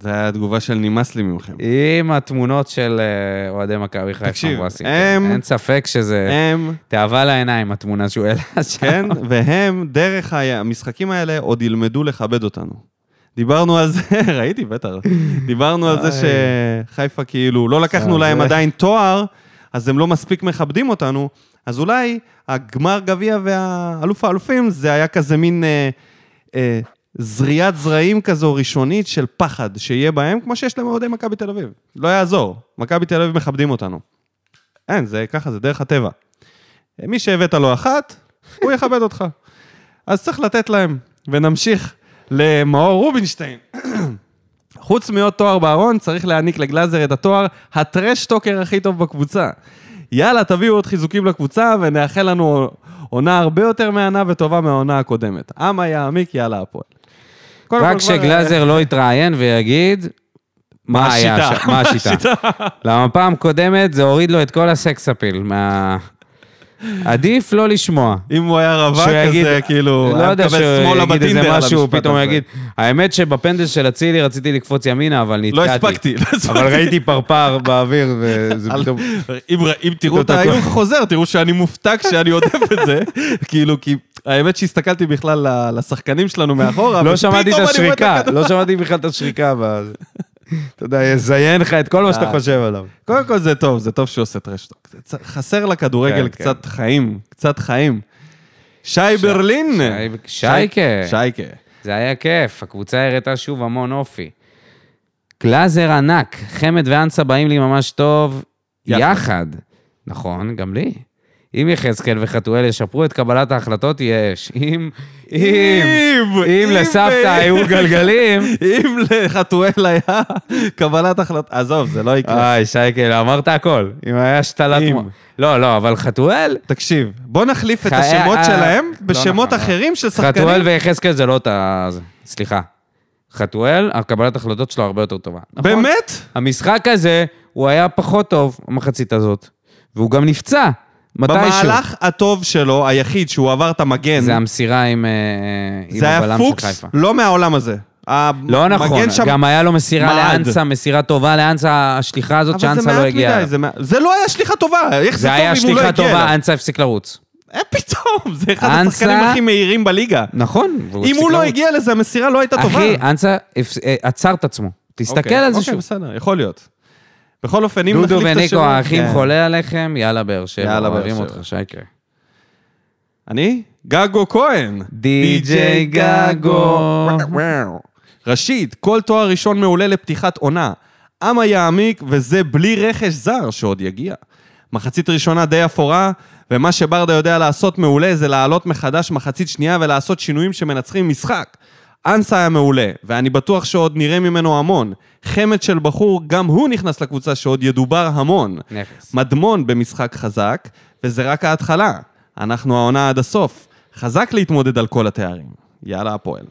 זה היה התגובה של נמאס לי מכם.
עם התמונות של אה, אוהדי מכבי חיפה.
תקשיב,
מבואסים.
הם-
אין ספק שזה
הם,
תאווה לעיניים, התמונה שהוא העלה שם.
כן, והם, דרך ה- המשחקים האלה, עוד ילמדו לכבד אותנו. דיברנו על זה, ראיתי בטח, דיברנו על זה שחיפה כאילו, לא לקחנו
זה-
להם עדיין תואר, אז הם לא מספיק מכבדים אותנו, אז אולי הגמר גביע והאלוף האלופים, זה היה כזה מין אה, אה, זריעת זרעים כזו ראשונית של פחד שיהיה בהם, כמו שיש להם אוהדי מכבי תל אביב. לא יעזור, מכבי תל אביב מכבדים אותנו. אין, זה ככה, זה דרך הטבע. מי שהבאת לו אחת, הוא יכבד אותך. אז צריך לתת להם, ונמשיך למאור רובינשטיין. חוץ מעוד תואר בארון, צריך להעניק לגלאזר את התואר הטרשטוקר הכי טוב בקבוצה. יאללה, תביאו עוד חיזוקים לקבוצה, ונאחל לנו עונה הרבה יותר מהנה וטובה מהעונה הקודמת. עמה יעמיק, יאללה הפועל. קודם כל
רק
כבר-
שגלאזר לא יתראיין ויגיד מה היה,
השיטה?
ש- מה השיטה. למה פעם קודמת זה הוריד לו את כל הסקס אפיל. מה- עדיף לא לשמוע.
אם הוא היה רווק,
שהוא
אז
יגיד-
זה כאילו...
לא
היה
יודע,
מקבל
שהוא
שמאלה
יגיד איזה
בטינדר על
משהו,
המשפט
פתאום הוא
הזה.
יגיד, האמת שבפנדל של אצילי רציתי לקפוץ ימינה, אבל נתקעתי.
לא הספקתי, לא הספקתי.
אבל ראיתי פרפר באוויר, וזה
אל-
פתאום...
אם ר- אם תראו את
אותו
ההילוך
תקוע.
החוזר, תראו שאני מופתע כשאני עודף את זה. כאילו, כי האמת שהסתכלתי בכלל ל- לשחקנים שלנו מאחורה,
לא שמעתי את
ופתאום אני רואה
השריקה,
הכדור.
לא שמעתי בכלל את השריקה, אבל... אתה יודע, יזיין לך את כל מה שאתה
אה.
חושב עליו.
קודם כל זה טוב, זה טוב שהוא עושה טרשטוק. זה צ- חסר לכדורגל
כן, כן.
קצת חיים, קצת חיים. שי ברלין.
שי- שייקה.
שייקה.
זה היה כיף, הקבוצה הראתה שוב המון אופי. גלאזר ענק, חמד ואנסה באים לי ממש טוב
יחד.
יחד. יחד. נכון, גם לי. אם יחזקאל וחתואל ישפרו את קבלת ההחלטות, יש. אם, אם, אם
ב-
לסבתא היו גלגלים...
אם לחתואל היה קבלת החלטה, עזוב, זה לא יקרה.
איי, שייקל, אמרת הכל. אם היה השתלת...
אם.
מוח. לא, לא, אבל חתואל,
תקשיב, בוא נחליף את
חיי-
השמות
אה,
שלהם
לא
בשמות
נכון, לא.
אחרים של
חתואל
שחקנים.
ויחזקאל זה לא אותה... זה- סליחה. חתואל, הקבלת החלטות שלו הרבה יותר טובה. נכון?
באמת?
המשחק הזה, הוא היה פחות טוב במחצית הזאת. והוא גם נפצע, מתישהו.
במהלך הטוב שלו, היחיד שהוא עבר את המגן,
זה המסירה עם אה, עם
זה היה
הבלם של
פוקס,
חיפה.
לא מהעולם הזה.
לא נכון, גם היה לו מסירה
מעד.
לאנסה, מסירה טובה לאנסה, השליחה הזאת שאנסה לא הגיעה.
אבל זה מעט מדי, זה מה- זה לא היה שליחה טובה, איך זה
זה היה
טוב אם הוא לא
שליחה
הגיע
טובה,
אליו?
אנסה הפסיק לרוץ.
אה, פתאום, זה אחד
אנסה-
השחקנים הכי מהירים בליגה.
נכון,
אם הוא לא הגיע לזה, המסירה לא הייתה טובה.
אחי, אנסה הפס- אה, עצר את עצמו. תסתכל על זה
אוקיי,
שוב.
בסדר, יכול להיות. בכל אופן, אם נחליף
דודו
את השמות...
וניקו, האחים
כן.
חולה עליכם, יאללה באר שבע,
יאללה, באר
אוהבים
שבע.
אותך, שייקה.
אני? גגו כהן.
די.ג'יי גגו.
ראשית, כל תואר ראשון מעולה לפתיחת עונה. אמה יעמיק, וזה בלי רכש זר שעוד יגיע. מחצית ראשונה די אפורה, ומה שברדה יודע לעשות מעולה זה לעלות מחדש מחצית שנייה ולעשות שינויים שמנצחים משחק. אנסה היה מעולה, ואני בטוח שעוד נראה ממנו המון. חמד של בחור, גם הוא נכנס לקבוצה שעוד ידובר המון.
נכס.
מדמון במשחק חזק, וזה רק ההתחלה. אנחנו העונה עד הסוף. חזק להתמודד על כל התארים. יאללה, הפועל.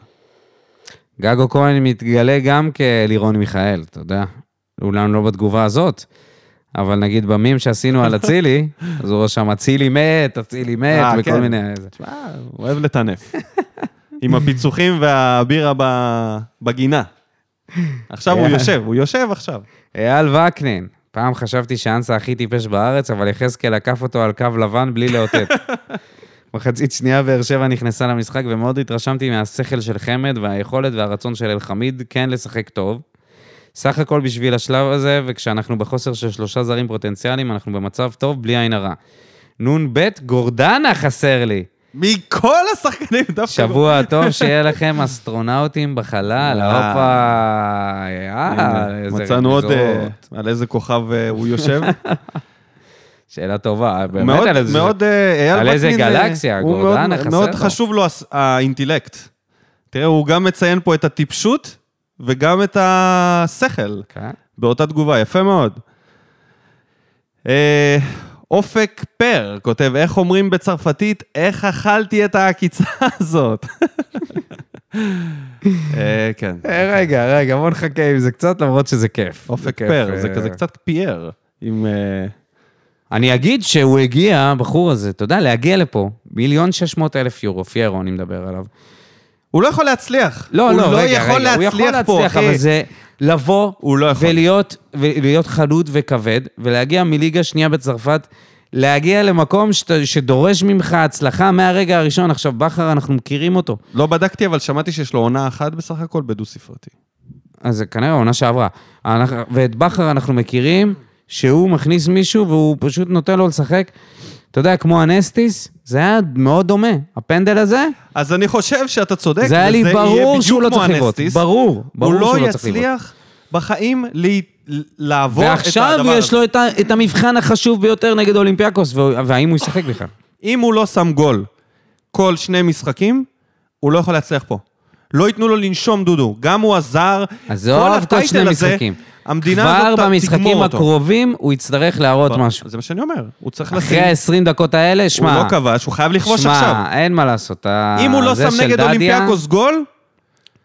גגו כהן מתגלה גם כלירון מיכאל, אתה יודע. אולם לא בתגובה הזאת, אבל נגיד במים שעשינו על אצילי, אז הוא רשם אצילי מת, אצילי מת,
אה,
וכל
כן.
מיני... זה.
תשמע, הוא אוהב לטנף. עם הפיצוחים והבירה ב- בגינה. עכשיו הוא יושב, הוא יושב עכשיו.
אייל וקנין, פעם חשבתי שאנסה הכי טיפש בארץ, אבל יחזקאל עקף אותו על קו לבן בלי לאותת. מחצית שנייה באר שבע נכנסה למשחק ומאוד התרשמתי מהשכל של חמד והיכולת והרצון של אלחמיד כן לשחק טוב. סך הכל בשביל השלב הזה, וכשאנחנו בחוסר של שלושה זרים פוטנציאליים, אנחנו במצב טוב בלי עין הרע. נ"ב, גורדנה חסר לי.
מכל השחקנים דווקא...
שבוע טוב, שיהיה לכם אסטרונאוטים בחלל,
אה.
הופה,
לא. הנה,
אה, איזה
מצאנו עוד אה,
רמיזות.
על איזה כוכב אה, הוא יושב.
שאלה טובה, באמת
מאוד-
על איזה...
מאוד, אה, אייל
על איזה
וקנין, אה,
גלקסיה,
הוא
גורדנה,
מאוד-
חסר
מאוד
לו.
חשוב לו הס- האינטלקט. תראה, הוא גם מציין פה את הטיפשות וגם את השכל.
כן.
באותה תגובה, יפה מאוד. אה, אופק פר כותב, איך אומרים בצרפתית, איך אכלתי את העקיצה הזאת? אה, כן.
אה, רגע, רגע, בוא נחכה עם זה קצת, למרות שזה כיף. זה
אופק
כיף,
פר, זה
אה,
כזה קצת פייר. עם... אה,
אני אגיד שהוא הגיע, הבחור הזה, אתה יודע, להגיע לפה, מיליון שש מאות אלף יורו, פיירו, אני מדבר עליו.
הוא לא יכול להצליח.
לא, לא,
הוא לא
רגע,
יכול
רגע, הוא יכול
להצליח פה,
להצליח, אה, נכון.
אחי.
אבל זה לבוא
הוא לא יכול.
ולהיות, ולהיות חלוד וכבד, ולהגיע מליגה שנייה בצרפת, להגיע למקום שאתה- שדורש ממך הצלחה מהרגע הראשון. עכשיו, בכר, אנחנו מכירים אותו.
לא בדקתי, אבל שמעתי שיש לו עונה אחת בסך הכל בדו-ספרתי.
אז זה כנראה העונה שעברה. אנחנו- ואת בכר אנחנו מכירים, שהוא מכניס מישהו והוא פשוט נותן לו לשחק. אתה יודע, כמו אנסטיס, זה היה מאוד דומה. הפנדל הזה,
אז אני חושב שאתה צודק,
זה היה לי
וזה יהיה
ברור שהוא
בדיוק כמו
לא צריך לבעוט.
אנסטיס.
ברור, ברור
הוא
שהוא
לא
לא צריך לבעוט.
יצליח בחיים ל- ל- לעבור את הדבר הזה.
ועכשיו יש לו את, ה, את המבחן החשוב ביותר נגד אולימפיאקוס, והוא- והאם הוא ישחק בכלל.
אם הוא לא שם גול כל שני משחקים, הוא לא יכול להצליח פה. לא ייתנו לו לנשום, דודו. גם הוא עזר, כל
עזוב כל שני
הטייטל הזה,
משחקים.
המדינה הזאת
כבר במשחקים
תגמור אותו.
הקרובים הוא יצטרך להראות
כבר-
משהו.
זה מה שאני אומר, הוא צריך
אחרי
לשים...
ה-20 דקות האלה,
הוא
שמע,
לא כבש, הוא חייב לכבוש עכשיו.
שמע, אין מה לעשות. ה-
אם הוא לא
אה, זה
שם
של
נגד
דדיה-
אולימפיאקוס גול,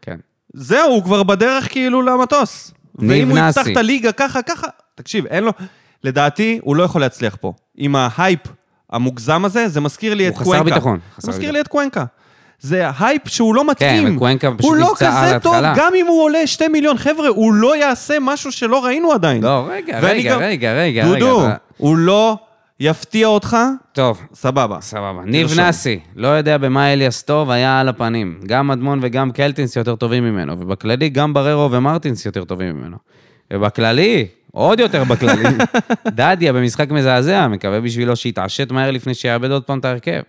כן.
זהו, הוא כבר בדרך כאילו למטוס.
ניב
ואם הוא
נאסי.
יפתח את הליגה ככה, ככה, תקשיב, אין לו... לדעתי, הוא לא יכול להצליח פה. עם ההייפ המוגזם הזה, זה מזכיר לי
הוא
את
חסר
קוונקה.
ביטחון, חסר
זה מזכיר
ביטחון. כן,
לי את קוונקה. זה הייפ שהוא לא מתאים.
וקוונקה פשוט
הוא לא
נפצע על
כזה טוב,
ההתחלה.
גם אם הוא עולה שתי מיליון. חבר'ה, הוא לא יעשה משהו שלא ראינו עדיין.
לא, רגע,
ואני
רגע,
גם-
רגע, רגע, רגע.
דודו,
אתה-
הוא לא יפתיע אותך,
טוב,
סבבה.
סבבה. ניב
תרשום.
נאסי, לא יודע במה אליאס טוב, היה על הפנים. גם אדמון וגם קלטינס יותר טובים ממנו, ובכללי גם בררו ומרטינס יותר טובים ממנו. ובכללי, עוד יותר בכללי, דדיה במשחק מזעזע, מקווה בשבילו שיתעשת מהר לפני שיאבד עוד פעם את ההרכב.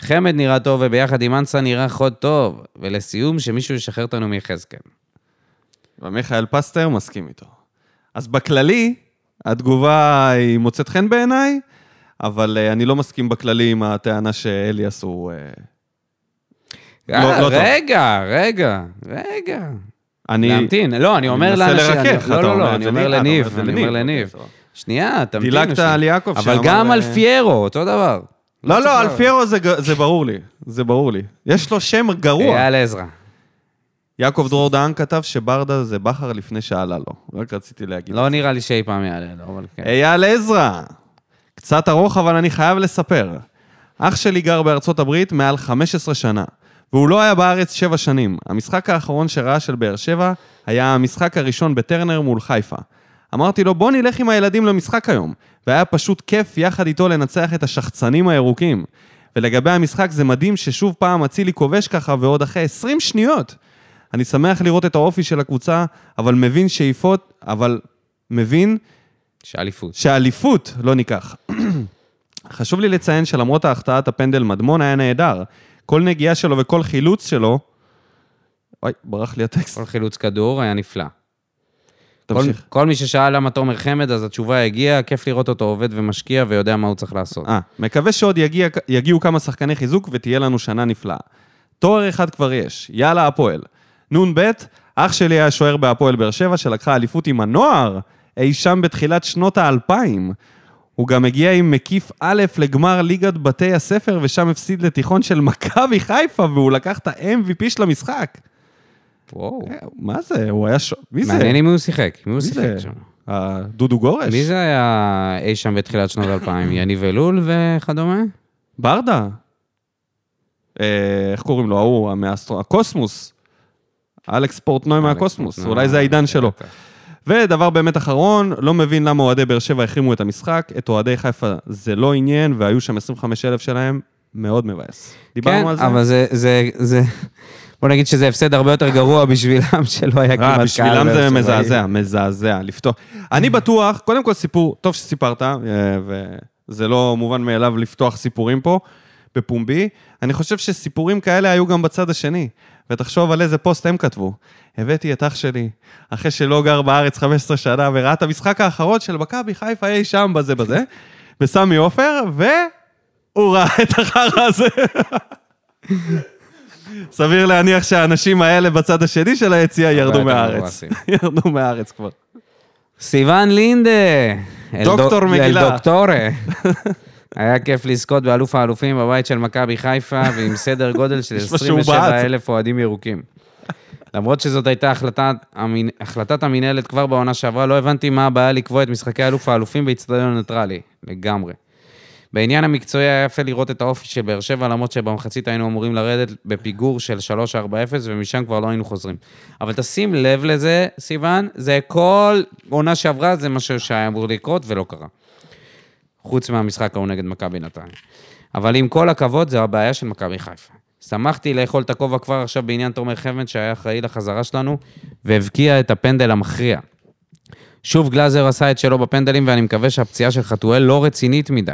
חמד נראה טוב, וביחד עם אנסה נראה חוד טוב. ולסיום, שמישהו ישחרר אותנו מיחזקאל.
ומיכאל פסטר מסכים איתו. אז בכללי, התגובה היא מוצאת חן בעיניי, אבל אה, אני לא מסכים בכללי עם הטענה שאליאס הוא... אה, לא-
אה,
לא טוב.
רגע, רגע, רגע.
אני...
להמתין, לא, אני אומר
מנסה
לאנשים... אני-
לרכך,
לא,
אתה
לא,
אומר
לא,
את
אני
זה
אומר
לי, אה, אתה אומר את
לניב,
זה
אני
לניב,
אומר
אוקיי,
לניב.
סבבה.
שנייה, תמתינו.
דילגת
שנייה.
על יעקב
אבל
שאמר,
גם על
אה,
פיירו, אותו דבר.
לא,
צריך
לא, על
לה-
פיירו זה ג- זה ברור לי, זה ברור לי. יש לו שם גרוע.
אייל אה, עזרא. לא
יעקב דרור דהן כתב שברדה זה בכר לפני שעלה לו. רק רציתי להגיד.
לא נראה לי שאי פעם יעלה לו, אבל כן.
אייל עזרא, קצת ארוך, אבל אני חייב לספר. אח שלי גר בארצות הברית מעל 15 שנה, והוא לא היה בארץ 7 שנים. המשחק האחרון שראה של באר שבע היה המשחק הראשון בטרנר מול חיפה. אמרתי לו, בוא נלך עם הילדים למשחק היום, והיה פשוט כיף יחד איתו לנצח את השחצנים הירוקים. ולגבי המשחק, זה מדהים ששוב פעם אצילי כובש ככה, ועוד אחרי 20 שניות. אני שמח לראות את האופי של הקבוצה, אבל מבין שאיפות, אבל מבין
שאליפות.
שאליפות לא ניקח. חשוב לי לציין שלמרות ההחטאת הפנדל מדמון היה נהדר. כל נגיעה שלו וכל חילוץ שלו... אוי, ברח לי הטקסט.
כל חילוץ כדור היה נפלא. כל-
תמשיך.
כל מי ששאל למה תומר חמד, אז התשובה הגיעה, כיף לראות אותו עובד ומשקיע ויודע מה הוא צריך לעשות.
אה, מקווה שעוד יגיע, יגיעו כמה שחקני חיזוק ותהיה לנו שנה נפלאה. תואר אחד כבר יש, יאללה הפועל. נ"ב, אח שלי היה שוער בהפועל באר שבע שלקחה אליפות עם הנוער אי שם בתחילת שנות האלפיים. הוא גם הגיע עם מקיף א' לגמר ליגת בתי הספר ושם הפסיד לתיכון של מכבי חיפה והוא לקח את ה-MVP של המשחק.
וואו.
אה, מה זה? הוא היה ש... מי זה?
מעניין אם הוא שיחק, מי הוא
מי
שיחק
זה?
שם.
אה, דודו גורש?
מי זה היה אי שם בתחילת שנות 2000? יניב אלול וכדומה?
ברדה. אה, איך קוראים לו? ההוא, מהאסטרו... הקוסמוס. אלכס פורטנוי מהקוסמוס,
פורטנוי. כן.
אולי זה העידן שלו.
בטח.
ודבר באמת אחרון, לא מבין למה אוהדי באר שבע החרימו את המשחק, את אוהדי חיפה זה לא עניין, והיו שם 25 אלף שלהם, מאוד מבאס. דיברנו
כן,
על זה?
אבל זה, זה, זה, בוא נגיד שזה הפסד הרבה יותר גרוע בשבילם, שלא היה כמעט
אה,
קהל.
בשבילם זה
באר שבעי.
מזעזע, מזעזע, לפתוח. אני בטוח, קודם כל סיפור, טוב שסיפרת, אה, וזה לא מובן מאליו לפתוח סיפורים פה, בפומבי. אני חושב שסיפורים כאלה היו גם בצד השני. ותחשוב על איזה פוסט הם כתבו. הבאתי את אח שלי, אחרי שלא גר בארץ 15 שנה, וראה את המשחק האחרון של מכבי חיפה אי שם בזה בזה, בסמי עופר, והוא ראה את החרא הזה. סביר להניח שהאנשים האלה בצד השני של היציאה ירדו
יותר
מהארץ.
מבואסים.
ירדו מהארץ כבר.
סיוון לינדה. אל
דוקטור
דוק-
מגילה.
אל דוקטורה. היה כיף לזכות באלוף האלופים בבית של מכבי חיפה, ועם סדר גודל של
לו שהוא
27
בעט.
אלף אוהדים ירוקים. למרות שזאת הייתה החלטת, המינ- החלטת המינהלת כבר בעונה שעברה, לא הבנתי מה הבעיה לקבוע את משחקי אלוף האלופים באיצטדיון ניטרלי, לגמרי. בעניין המקצועי היה יפה לראות את האופי של באר שבע, למרות שבמחצית היינו אמורים לרדת בפיגור של 3-4-0, ומשם כבר לא היינו חוזרים. אבל תשים לב לזה, סיוון, זה כל עונה שעברה, זה מה שהיה אמור לקרות ולא קרה. חוץ מהמשחק ההוא נגד מכבי נתניה. אבל עם כל הכבוד, זו הבעיה של מכבי חיפה. שמחתי לאכול את הכובע כבר עכשיו בעניין תומר חמד, שהיה אחראי לחזרה שלנו, והבקיע את הפנדל המכריע. שוב גלאזר עשה את שלו בפנדלים, ואני מקווה שהפציעה של חתואל לא רצינית מדי.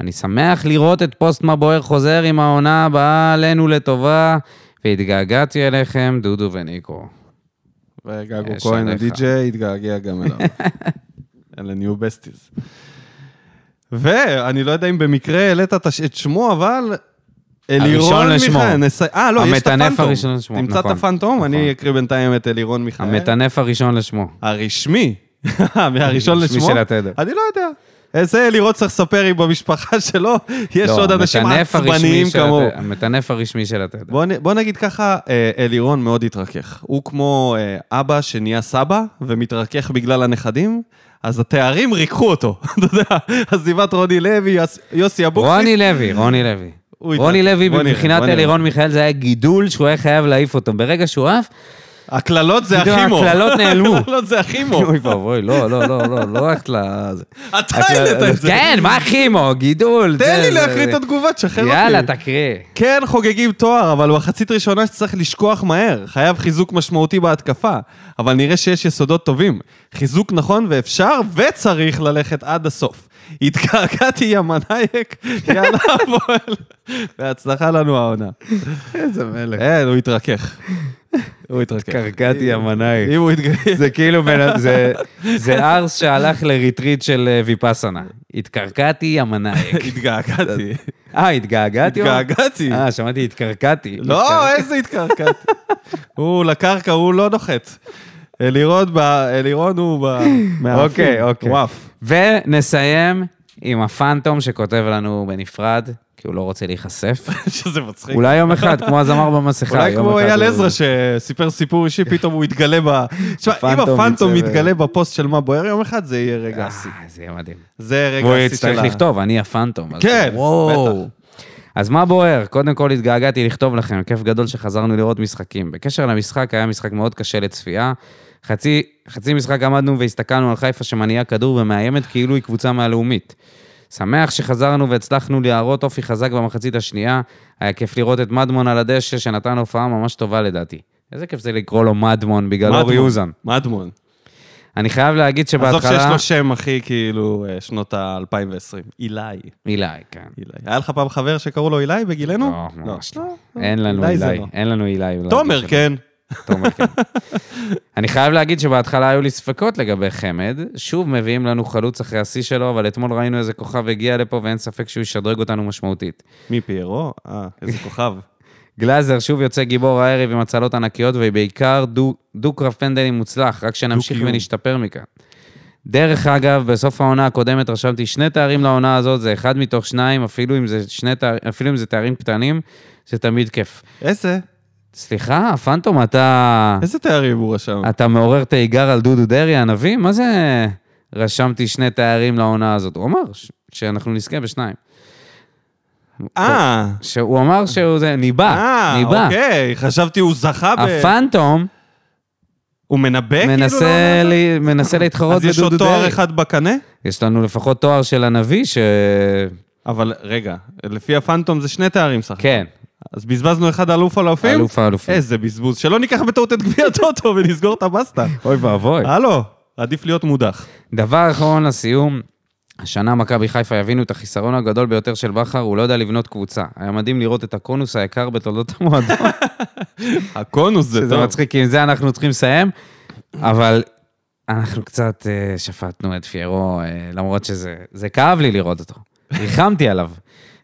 אני שמח לראות את פוסט מה בוער חוזר עם העונה הבאה עלינו לטובה, והתגעגעתי אליכם, דודו וניקו.
וגגו
יש
כהן,
עליך.
הדי-ג'יי, התגעגע גם אליו. אלה ניו בסטיז. ואני לא יודע אם במקרה העלית את הש- את שמו, אבל... אלירון
לשמו.
מיכאל. נס- אה, לא, יש את
המטנף
הפנטום.
הראשון לשמו,
תמצא את
נכון,
הפנטום,
נכון.
אני אקריא בינתיים את אלירון מיכאל.
המטנף הראשון לשמו.
הרשמי. מהראשון
הרשמי
לשמו?
של התדר.
אני לא יודע. זה לירון צריך לספר אם במשפחה שלו יש
לא,
עוד אנשים
המטנף הרשמי
עצבניים
של
כמוהו.
הת- המטנף הרשמי של התדר.
בוא, נ- בוא נגיד ככה, אה, אלירון מאוד התרכך. הוא כמו אה, אבא שנהיה סבא ומתרכך בגלל הנכדים, אז התארים ריככו אותו. אתה יודע, עזיבת רוני לוי, יוס- יוסי אבוקסיס.
רוני לוי, רוני לוי.
הוא
רוני
התעצבן.
לוי,
בוא נראה,
מבחינת
בוא נראה.
אלירון מיכאל, זה היה גידול שהוא היה חייב להעיף אותו. ברגע שהוא עף,
הקללות זה
פתאום
הכימו.
הקללות נעלמו.
הקללות זה הכימו.
אוי ואבוי, לא, לא, לא, לא, לא רק ל...
אה, אתה העלית את זה.
כן, מה כימו? גידול.
תן
זה-
לי
זה-
להקריא את התגובה, תשחרר אותי.
יאללה, תקריא.
כן, חוגגים תואר, אבל מחצית ראשונה שצריך לשכוח מהר. חייב חיזוק משמעותי בהתקפה, אבל נראה שיש יסודות טובים. חיזוק נכון ואפשר, וצריך ללכת עד הסוף. התקעקעתי, יא מנאייק, יאללה, הפועל. בהצלחה לנו העונה.
איזה מלך.
אין, הוא התרכך. הוא התרכך.
אה,
אה,
קרקעתי המנאי.
אם הוא התגייס...
זה כאילו, בין- זה- זה ארס שהלך לריטריט של אה, ויפאסנה. התקרקעתי המנאייק.
התגעגעתי.
אה, התגעגעתי?
התגעגעתי.
אה, שמעתי, התקרקעתי.
לא, איזה התקרקעתי. הוא לקרקע, הוא לא נוחת. אלירון, ב- אלירון הוא ב... מהעפים.
אוקיי, אוקיי.
הוא עף.
ונסיים עם הפאנטום שכותב לנו בנפרד, כי הוא לא רוצה להיחשף.
שזה מצחיק.
אולי יום אחד, כמו הזמר במסכה.
אולי
יום
כמו
אחד
אייל
הוא- אה,
עזרא שסיפר סיפור אישי, פתאום הוא יתגלה ב... תשמע, אם
הפנטום
הפנטום
יצא ב-
יתגלה בפוסט של מה בוער יום אחד, זה יהיה רגע השיא.
אה, זה יהיה מדהים.
זה רגע
והוא
השיא של
יצטרך
ה-
לכתוב, אני הפאנטום. אז
כן,
וואו. אז מה בוער? קודם כל התגעגעתי לכתוב לכם, כיף גדול שחזרנו לראות משחקים. בקשר למשחק, היה משחק מאוד קשה לצפייה. חצי, חצי משחק עמדנו והסתכלנו על חיפה שמניעה כדור ומאיימת כאילו היא קבוצה מהלאומית. שמח שחזרנו והצלחנו להראות אופי חזק במחצית השנייה. היה כיף לראות את מדמון על הדשא, שנתן הופעה ממש טובה לדעתי. איזה כיף זה לקרוא לו מדמון בגלל
מדמון.
אורי אוזן.
מדמון.
אני חייב להגיד
עזוב שיש
שבהתחלה...
לו שם הכי כאילו אה, שנות ה-2020. אילי.
אילי, כן.
אילי. היה לך פעם חבר שקראו לו אילי בגילנו?
לא, ממש לא. אין לנו
אולי זה
אילי,
לא.
אין לנו אילי. לא
תומר,
להגיד
כן.
שלא. תומר, כן. אני חייב להגיד שבהתחלה היו לי ספקות לגבי חמד. שוב מביאים לנו חלוץ אחרי השיא שלו, אבל אתמול ראינו איזה כוכב הגיע לפה, ואין ספק שהוא ישדרג אותנו משמעותית.
מי פיירו? אה, איזה כוכב.
גלאזר שוב יוצא גיבור הערב עם הצלות ענקיות, ובעיקר דו- דו-קרב פנדלים מוצלח, רק שנמשיך
דו-קיום.
ונשתפר מכאן. דרך אגב, בסוף העונה הקודמת רשמתי שני תארים לעונה הזאת, זה אחד מתוך שניים, אפילו אם זה, שני תאר, אפילו אם זה תארים קטנים, זה תמיד כיף.
איזה?
סליחה, הפנטום, אתה,
איזה תארים הוא רשם?
אתה מעורר תיגר על דודו דרעי הנביא? מה זה רשמתי שני תארים לעונה הזאת? הוא אמר ש- שאנחנו נזכה בשניים.
אה,
שהוא אמר שהוא זה, ניבא,
אה,
ניבא.
אוקיי. חשבתי הוא זכה ב...
הפנטום
הוא מנבא כאילו?
מנסה
לעונה
לי- מנסה
הזאת?
להתחרות
אז יש עוד
בדודו
תואר
דרעי.
אחד בקנה?
יש לנו לפחות תואר של הנביא, ש...
אבל רגע, לפי הפנטום זה שני תארים סך.
כן,
אז בזבזנו אחד אלוף אלופים?
אלוף האלופים.
איזה בזבוז. שלא ניקח בטעות את גביע הטוטו ונסגור את הבסטה.
אוי ואבוי.
הלו, עדיף להיות מודח.
דבר אחרון לסיום, השנה מכבי חיפה יבינו את החיסרון הגדול ביותר של בכר, הוא לא יודע לבנות קבוצה. היה מדהים לראות את הקונוס היקר בתולדות המועדון.
הקונוס זה
שזה
טוב.
מצחיק, כי עם זה אנחנו צריכים לסיים, אבל אנחנו קצת אה, שפטנו את פיירו, אה, למרות שזה זה כאב לי לראות אותו. ריחמתי עליו.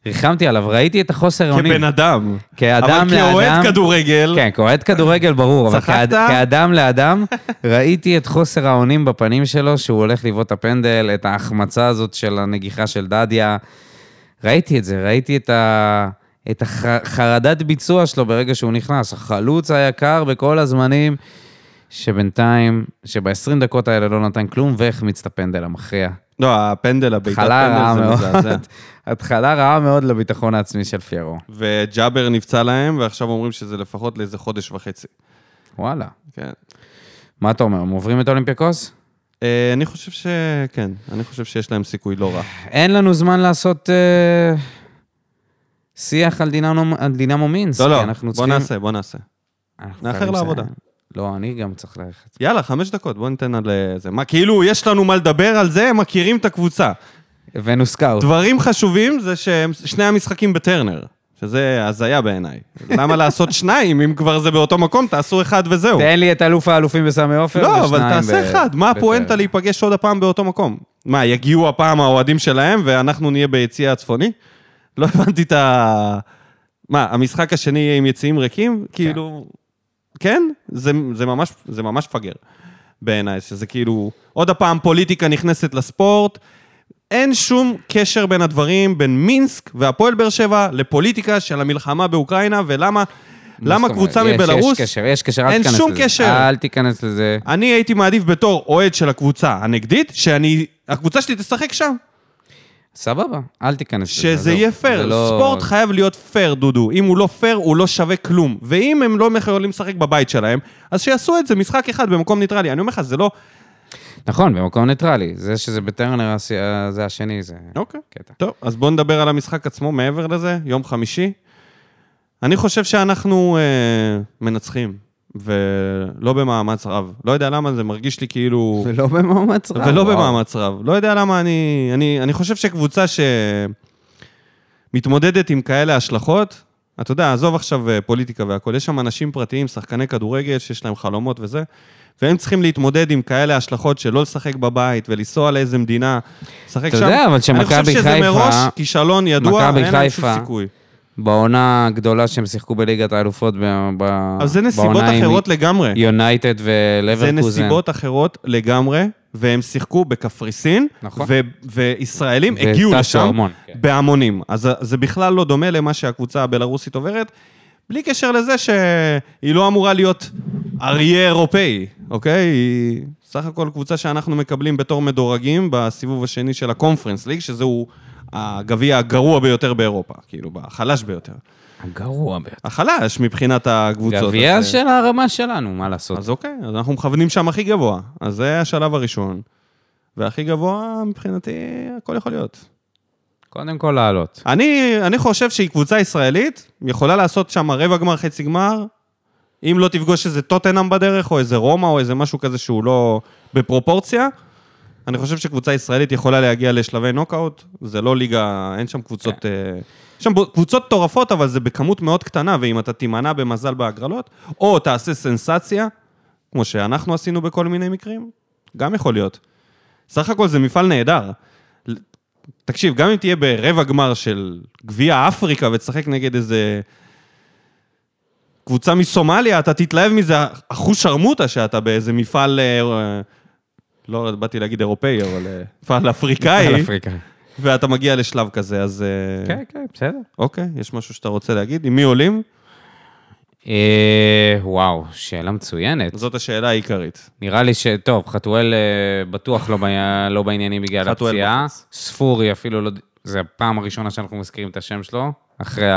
ריחמתי עליו, ראיתי את החוסר אונים.
כבן אדם.
כאדם
אבל כאוהד
לאדם-
כדורגל,
כן, כאוהד כדורגל ברור, אבל
צחקת?
כאד, כאדם לאדם, ראיתי את חוסר האונים בפנים שלו, שהוא הולך לבעוט את הפנדל, את ההחמצה הזאת של הנגיחה של דדיה. ראיתי את זה, ראיתי את, ה... את החרדת ביצוע שלו ברגע שהוא נכנס. החלוץ היקר בכל הזמנים, שבינתיים, שב-20 דקות האלה לא נתן כלום, והחמיץ את הפנדל המכריע.
לא, הפנדל, הבעיטת
התחלה רעה
פנדל זה
מאוד.
מזעזע.
התחלה רעה מאוד לביטחון העצמי של פיירו.
וג'אבר נפצע להם, ועכשיו אומרים שזה לפחות לאיזה חודש וחצי.
וואלה.
כן.
מה אתה אומר, הם עוברים את אולימפיאקוס?
אה, אני חושב שכן, אני חושב שיש להם סיכוי
אה,
לא רע.
אין לנו זמן לעשות אה, שיח על דינמו, על דינמו מינס.
לא,
כי
לא,
אנחנו
בוא
צריכים-
נעשה, בוא נעשה.
אנחנו
נאחר
חייבים לסיים.
לעבודה.
לא, אני גם צריך ללכת.
יאללה, חמש דקות, בוא ניתן על אה, זה. מה, כאילו, יש לנו מה לדבר על זה, הם מכירים את הקבוצה.
הבאנו סקאוט.
דברים חשובים זה שהם שני המשחקים בטרנר, שזה הזיה בעיניי. למה לעשות שניים, אם כבר זה באותו מקום, תעשו אחד וזהו.
תן לי את אלוף האלופים בסמי עופר.
לא, אבל
ושניים ב-
תעשה אחד, מה
בטרנר.
הפואנטה להיפגש עוד הפעם באותו מקום? מה, יגיעו הפעם האוהדים שלהם ואנחנו נהיה ביציע הצפוני? לא הבנתי את ה... מה, המשחק השני יהיה עם יציעים ריקים? כאילו... כן? זה, זה, ממש, זה ממש פגר בעיניי, שזה כאילו... עוד הפעם פוליטיקה נכנסת לספורט, אין שום קשר בין הדברים, בין מינסק והפועל באר שבע לפוליטיקה של המלחמה באוקראינה, ולמה למה קבוצה
יש-
מבלארוס...
יש קשר, יש קשר, אל
אין
תיכנס לזה.
שום קשר.
אל תיכנס לזה.
אני הייתי מעדיף בתור אוהד של הקבוצה הנגדית, שאני... הקבוצה שלי תשחק שם.
סבבה, אל תיכנס לזה.
שזה
זהו.
יהיה
זה
פייר.
לא-
ספורט חייב להיות פייר, דודו. אם הוא לא פייר, הוא לא שווה כלום. ואם הם לא יכולים לשחק בבית שלהם, אז שיעשו את זה משחק אחד במקום ניטרלי. אני אומר לך, זה לא...
נכון, במקום ניטרלי. זה שזה בטרנר, הס- אה, זה השני, זה...
אוקיי.
קטע.
טוב, אז בואו נדבר על המשחק עצמו מעבר לזה, יום חמישי. אני חושב שאנחנו אה, מנצחים, ולא במאמץ רב. לא יודע למה, זה מרגיש לי כאילו...
ולא במאמץ רב.
ולא
וואו.
במאמץ רב. לא יודע למה אני... אני, אני חושב שקבוצה שמתמודדת עם כאלה השלכות, אתה יודע, עזוב עכשיו אה, פוליטיקה והכול, יש שם אנשים פרטיים, שחקני כדורגל, שיש להם חלומות וזה, והם צריכים להתמודד עם כאלה השלכות של לא לשחק בבית ולנסוע לאיזה מדינה, לשחק
אתה
שם.
יודע, אבל
אני
שמכבי
חושב שזה
חיפה-
מראש כישלון ידוע,
מכבי
אין להם שום
חיפה- אה,
סיכוי.
בעונה הגדולה שהם שיחקו בליגת האלופות, ב- ב-
אבל זה נסיבות
בעונה עם
אחרות לגמרי.
יונייטד
זה
ולברקוזן.
נסיבות אחרות לגמרי, והם שיחקו בקפריסין,
נכון.
ו- וישראלים הגיעו
וטסו
לשם
המון, כן.
בהמונים. אז זה בכלל לא דומה למה שהקבוצה הבלארוסית עוברת, בלי קשר לזה שהיא לא אמורה להיות אריה אירופאי, אוקיי? היא סך הכל קבוצה שאנחנו מקבלים בתור מדורגים בסיבוב השני של הקונפרנס ליג, שזהו הגביע הגרוע ביותר באירופה, כאילו, החלש ביותר.
הגרוע ביותר.
החלש מבחינת הקבוצות.
גביע
אז- אה,
של הרמה שלנו, מה לעשות?
אז אוקיי, אז אנחנו מכוונים שם הכי גבוה. אז זה השלב הראשון. והכי גבוה, מבחינתי, הכל יכול להיות.
קודם כל לעלות.
אני, אני חושב שהיא קבוצה ישראלית, יכולה לעשות שם רבע גמר, חצי גמר, אם לא תפגוש איזה טוטנאם בדרך, או איזה רומא, או איזה משהו כזה שהוא לא בפרופורציה. אני חושב שקבוצה ישראלית יכולה להגיע לשלבי נוקאוט, זה לא ליגה, אין שם קבוצות... אה, יש שם בו- קבוצות מטורפות, אבל זה בכמות מאוד קטנה, ואם אתה תימנע במזל בהגרלות, או תעשה סנסציה, כמו שאנחנו עשינו בכל מיני מקרים, גם יכול להיות. סך הכל זה מפעל נהדר. תקשיב, גם אם תהיה ברבע גמר של גביע אפריקה ותשחק נגד איזה קבוצה מסומליה, אתה תתלהב מזה אחוש שרמוטה שאתה באיזה מפעל, אה, אה, לא באתי להגיד אירופאי, אבל אה, מפעל
על
אפריקאי,
אפריקה.
אה. ואתה מגיע לשלב כזה, אז אה,
כן, כן, בסדר.
אוקיי, יש משהו שאתה רוצה להגיד? עם מי עולים?
אה, וואו, שאלה מצוינת.
זאת השאלה העיקרית.
נראה לי ש... טוב, חתואל אה, בטוח לא, בעני- לא בעניינים בגלל
חתואל
הפציעה.
בחוץ.
ספורי אפילו לא... זה הפעם הראשונה שאנחנו מזכירים את השם שלו, אחרי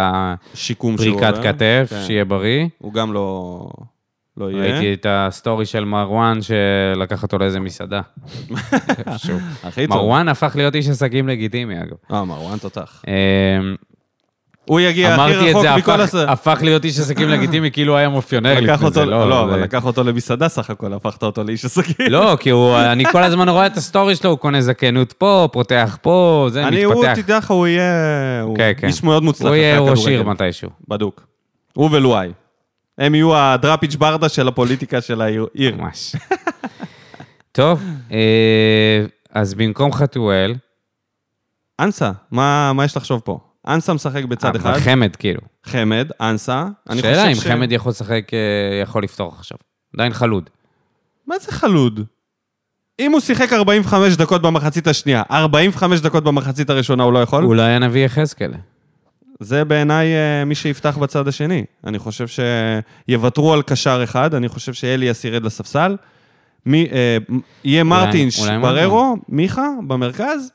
שיקום שהוא
הפריקת
עובר.
כתף,
כן.
שיהיה בריא.
הוא גם לא... לא יהיה.
ראיתי את הסטורי של מרואן שלקח אותו לאיזה מסעדה. איפשהו.
הכי טוב.
מרואן הפך להיות איש עסקים לגיטימי, אגב.
אה, מרואן תותח.
אה,
הוא יגיע הכי
אמרתי את
רחוק
זה,
מכל
הפך-
הס...
הפך להיות איש עסקים לגיטימי, כאילו הוא היה מופיונר
לקח
לפני
אותו,
זה,
לא,
לא.
אבל
זה-
לקח אותו למסעדה סך הכל, הפכת אותו לאיש עסקים.
לא, כי הוא, אני כל הזמן רואה את הסטורי שלו, הוא קונה זקנות פה, פותח פה, זה
אני, הוא,
מתפתח.
תדע לך, הוא יהיה... הוא
כן, כן.
איש מאוד מוצלח.
הוא יהיה
אחרי
ראש עיר
הכדורגל.
מתישהו.
בדוק. הוא ולואי. הם יהיו הדראפיץ' ברדה של הפוליטיקה של העיר.
ממש. טוב, אה, אז במקום חתואל,
אנסה, מה, מה יש לחשוב פה? אנסה משחק בצד אחד,
אבל חמד כאילו.
חמד, אנסה. אני
שאלה אם
חושב ש-
חמד יכול לשחק, אה, יכול לפתוח עכשיו. עדיין חלוד.
מה זה חלוד? אם הוא שיחק 45 דקות במחצית השנייה, 45 דקות במחצית הראשונה הוא לא יכול?
אולי הנביא יחזקאל.
זה בעיניי אה, מי שיפתח בצד השני. אני חושב שיוותרו על קשר אחד, אני חושב שאליאס ירד לספסל. מי, אה, מ- יהיה מרטינש,
אולי מרטין.
בררו, מיכה במרכז,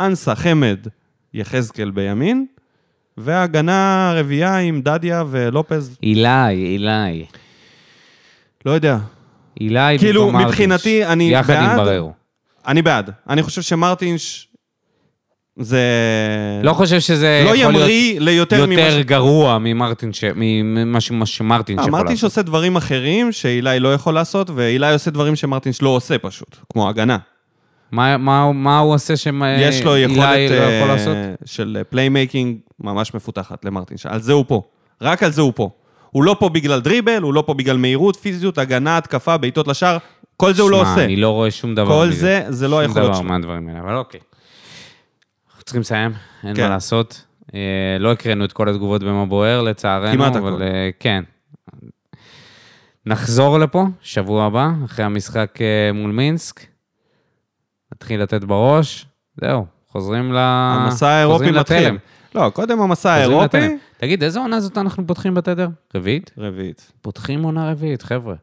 אנסה, חמד, יחזקאל בימין, והגנה רביעייה עם דדיה ולופז,
אילי, אילי.
לא יודע.
אילי
כאילו,
במקום מרטיש.
מבחינתי, אני
יחד עם
בעד.
בררו.
אני בעד. אני חושב שמרטינש זה...
לא חושב שזה
לא
יכול להיות
ימריא ליותר ממה...
יותר
ש- אה,
גרוע ממרטין, ש- ממה ש- מה שמרטין שיכול
אמרתי
לעשות.
שעושה דברים אחרים שאילי לא יכול לעשות, ואילי עושה דברים שמרטינש לא עושה פשוט, כמו הגנה.
מה- מה- מה הוא עושה שאילי
יש לו יכולת
אה, לא
אה,
יכול לעשות?
של פליימייקינג ממש מפותחת למרטינש. על זה הוא פה. רק על זה הוא פה. הוא לא פה בגלל דריבל, הוא לא פה בגלל מהירות, פיזיות, הגנה, התקפה, בעיטות לשער, כל זה הוא לא
שמע,
עושה.
אני לא רואה שום דבר.
כל
מזה.
זה, זה לא
שום
היכולות
דבר
שלו.
מהדברים האלה, אבל אוקיי. אנחנו צריכים לסיים, אין
כן.
מה לעשות. אה, לא הקראנו את כל התגובות במה בוער, לצערנו.
כמעט
אבל,
הכל.
אה, כן. נחזור לפה, שבוע הבא, אחרי המשחק אה, מול מינסק. נתחיל לתת בראש, זהו. חוזרים ל...
המסע האירופי
חוזרים
מתחיל.
לתלם.
לא, קודם המסע
חוזרים
האירופי,
לתלם. תגיד, איזה עונה זאת אנחנו פותחים בתדר? רביעית?
רביעית.
פותחים עונה רביעית, חבר'ה.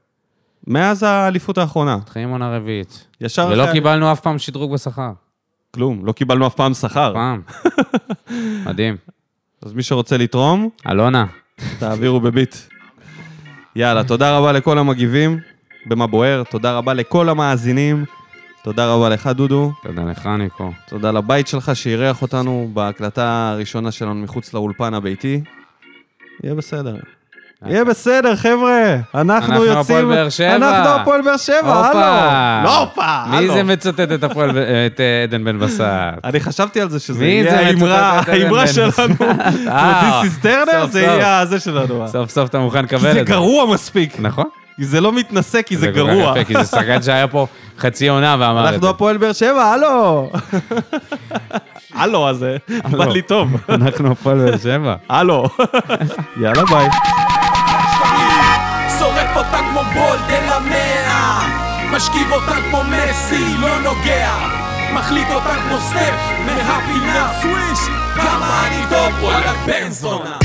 מאז האליפות האחרונה.
פותחים עונה רביעית.
ישר
ולא
אחרי-
קיבלנו אף פעם שדרוג בשכר.
כלום, לא קיבלנו אף פעם שכר.
פעם. מדהים.
אז מי שרוצה לתרום,
אלונה,
תעבירו בביט. יאללה, תודה רבה לכל המגיבים במה בוער, תודה רבה לכל המאזינים, תודה רבה לך, דודו,
תודה לך, ניקו.
תודה לבית שלך שאירח אותנו בהקלטה הראשונה שלנו מחוץ לאולפן הביתי. יהיה בסדר. יהיה בסדר, חבר'ה, אנחנו
אנחנו
יוצאים...
הפועל באר שבע.
אנחנו הפועל באר שבע,
הופה!
הלו! לא הופה,
מי
הלו.
זה מצטט את הפועל, את אה, עדן בן בסט?
אני חשבתי על זה שזה
מי
יהיה
זה
האמרה,
מצטט את אלן
האמרה
בן?
שלנו.
אה,
This is Turner,
סוף,
זה
סוף.
יהיה הזה שלנו.
סוף סוף אתה מוכן לקבל
כי
את
זה
זה.
גרוע מספיק.
נכון.
כי זה לא מתנשא, כי זה
כל כך
גרוע.
יפה, כי זה שחקן שהיה פה חצי עונה ואמר את זה.
אנחנו הפועל באר שבע, הלו! הלו הזה, בא לי טוב.
אנחנו הפועל באר שבע.
הלו. יאללה ביי.
שורף אותה כמו בולדן המאה משכיב אותה כמו מסי, לא נוגע מחליט אותה כמו סטף, מהפינה סוויש כמה אני טוב, וואלה בן זונה